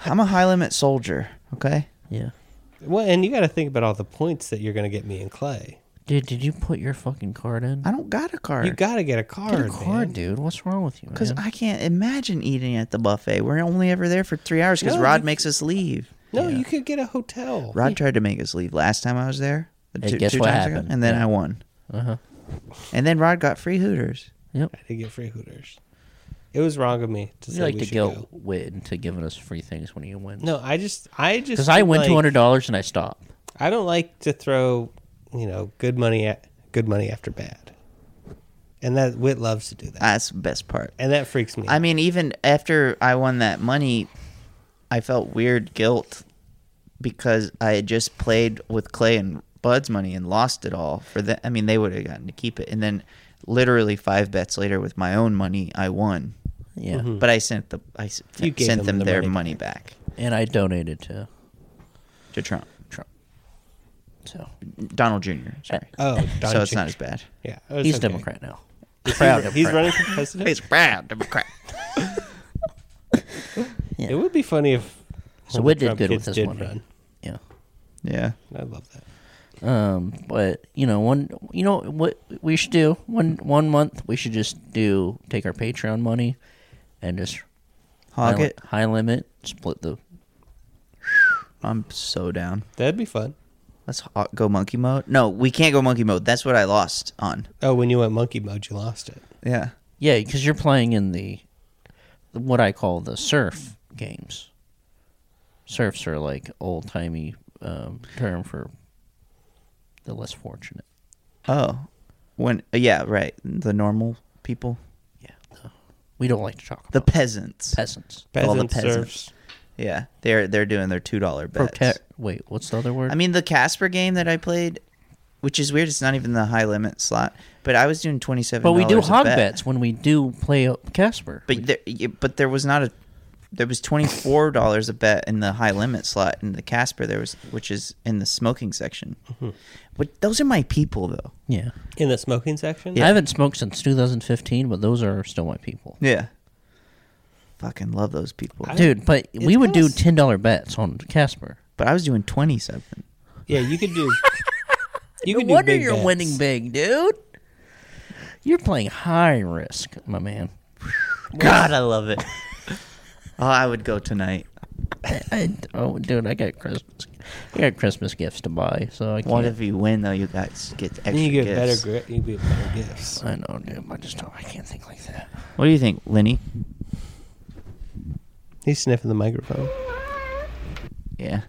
Speaker 8: I'm a high limit soldier, okay?
Speaker 6: yeah,
Speaker 7: well, and you got to think about all the points that you're going to get me in Clay.
Speaker 6: dude, did you put your fucking card in?
Speaker 8: I don't got a
Speaker 7: You
Speaker 8: card.
Speaker 7: got to get a card,
Speaker 6: Get a card,
Speaker 7: man.
Speaker 6: dude. What's wrong with you?
Speaker 8: Because
Speaker 6: man?
Speaker 8: I can't imagine eating at the buffet. We're only ever there for three hours because
Speaker 7: No,
Speaker 8: Rod
Speaker 7: you-
Speaker 8: makes us leave.
Speaker 7: No, you could get a hotel.
Speaker 8: Rod tried to make us leave last time I was there. uh, the
Speaker 6: Hey, guess what happened?
Speaker 8: and then
Speaker 6: Yeah.
Speaker 8: I won.
Speaker 6: Uh-huh.
Speaker 8: And then Rod got free Hooters.
Speaker 7: I did get free Hooters. It was wrong of me to
Speaker 6: you
Speaker 7: say
Speaker 6: like
Speaker 7: we
Speaker 6: to
Speaker 7: should
Speaker 6: guilt
Speaker 7: go.
Speaker 6: Wit into giving us free things when you win.
Speaker 7: No, I just, I just,
Speaker 6: because I
Speaker 7: didn't
Speaker 6: win
Speaker 7: like-
Speaker 6: two hundred dollars and I stop.
Speaker 7: I don't like to throw, you know, good money at good money after bad, and that Wit loves to do that,
Speaker 8: That's the best part.
Speaker 7: and that freaks me.
Speaker 8: I mean, even after I won that money, I felt weird guilt because I had just played with Clay and Bud's money and lost it all. For that, I mean, they would have gotten to keep it. And then, literally five bets later, with my own money, I won.
Speaker 6: Yeah,
Speaker 7: Mm-hmm.
Speaker 8: But I sent the I s-
Speaker 7: You gave
Speaker 8: sent them,
Speaker 7: them the
Speaker 8: their
Speaker 7: money
Speaker 8: money, back
Speaker 6: and I donated to
Speaker 8: to Trump,
Speaker 6: Trump. So
Speaker 8: Donald Jr. Sorry,
Speaker 7: oh, Don
Speaker 8: so it's
Speaker 7: Jr.
Speaker 8: not as bad.
Speaker 7: Yeah, it was
Speaker 6: he's
Speaker 7: okay.
Speaker 6: Democrat now.
Speaker 7: Proud he's running for president.
Speaker 8: He's proud Democrat.
Speaker 7: It would be funny if
Speaker 6: So
Speaker 7: one of
Speaker 6: Wit
Speaker 7: the
Speaker 6: did
Speaker 7: Trump
Speaker 6: good with
Speaker 7: kids
Speaker 6: this
Speaker 7: did
Speaker 6: one.
Speaker 7: run.
Speaker 6: Yeah.
Speaker 8: Yeah,
Speaker 7: I love that.
Speaker 6: Um, but you know, one, you know what we should do one one month. We should just do take our Patreon money and just high,
Speaker 8: hog
Speaker 6: li-
Speaker 8: it.
Speaker 6: high limit, split the.
Speaker 8: I'm so down.
Speaker 7: That'd be fun.
Speaker 8: Let's ho- go monkey mode. No, we can't go monkey mode. That's what I lost on.
Speaker 7: Oh, when you went monkey mode, you lost it.
Speaker 8: Yeah.
Speaker 6: Yeah, because you're playing in the, what I call the surf games. Surfs are like old timey um, term for the less fortunate.
Speaker 8: Oh, when yeah, right. The normal people,
Speaker 6: Yeah, the- we don't like to talk
Speaker 8: the
Speaker 6: about
Speaker 8: peasants.
Speaker 6: peasants.
Speaker 8: All the
Speaker 7: Peasant serfs.
Speaker 8: yeah, they're they're doing their two dollar bets.
Speaker 6: Prote- Wait, what's the other word?
Speaker 8: I mean, the Casper game that I played, which is weird. It's not even the high limit slot, but I was doing twenty seven.
Speaker 6: but we do hog
Speaker 8: bet.
Speaker 6: bets when we do play Casper.
Speaker 8: But there, y- but there was not a. There was twenty four dollars a bet in the high limit slot in the Casper. There was, which is in the smoking section.
Speaker 6: Mm-hmm.
Speaker 8: But those are my people, though.
Speaker 6: yeah.
Speaker 7: in the smoking section.
Speaker 6: I haven't smoked since 2015, but those are still my people.
Speaker 8: Yeah. Fucking love those people.
Speaker 6: Dude, but we would
Speaker 7: kinda
Speaker 6: do
Speaker 7: s-
Speaker 6: $10 bets on Casper.
Speaker 8: but I was doing twenty something.
Speaker 7: yeah, you could do. You could
Speaker 6: no wonder
Speaker 7: do big
Speaker 6: you're
Speaker 7: bets.
Speaker 6: winning big, dude. You're playing high risk, my man.
Speaker 8: God, I love it. oh, I would go tonight.
Speaker 6: I, oh, dude, I got Christmas. I got Christmas gifts to buy, so I can't.
Speaker 8: What if you win though? You guys get extra
Speaker 7: Then you get
Speaker 8: gifts.
Speaker 7: better gri You get better gifts.
Speaker 6: I know, dude. I just don't. I can't think like that.
Speaker 8: What do you think, Lenny?
Speaker 7: He's sniffing the microphone.
Speaker 8: Yeah.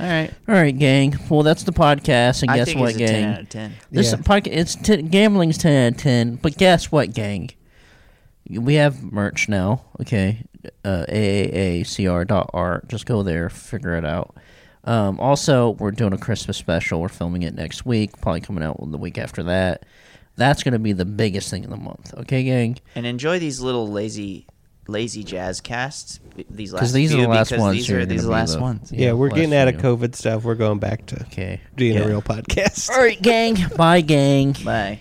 Speaker 8: All right.
Speaker 6: All right, gang. Well, that's the podcast, and
Speaker 8: I
Speaker 6: guess
Speaker 8: think
Speaker 6: what,
Speaker 8: it's a
Speaker 6: gang?
Speaker 8: ten out of ten.
Speaker 6: This
Speaker 7: Yeah.
Speaker 6: podcast, it's t- gambling's ten out of ten. But guess what, gang? We have merch now. Okay, uh, aaacr.art. Just go there, figure it out. Um, also, we're doing a Christmas special. We're filming it next week. Probably coming out the week after that. That's gonna be the biggest thing of the month. Okay, gang.
Speaker 8: And enjoy these little lazy, lazy jazz casts. These last
Speaker 6: Because these are
Speaker 8: few,
Speaker 6: the last
Speaker 8: because
Speaker 6: ones.
Speaker 8: These
Speaker 6: you're
Speaker 8: are
Speaker 6: gonna
Speaker 8: these are
Speaker 6: be
Speaker 8: the last
Speaker 6: the-
Speaker 8: ones.
Speaker 7: Yeah, we're
Speaker 6: last
Speaker 7: getting out of
Speaker 6: few.
Speaker 7: COVID stuff. We're going back to
Speaker 6: Okay.
Speaker 7: doing
Speaker 8: Yeah.
Speaker 7: a real podcast.
Speaker 6: All right, gang. Bye, gang.
Speaker 8: Bye.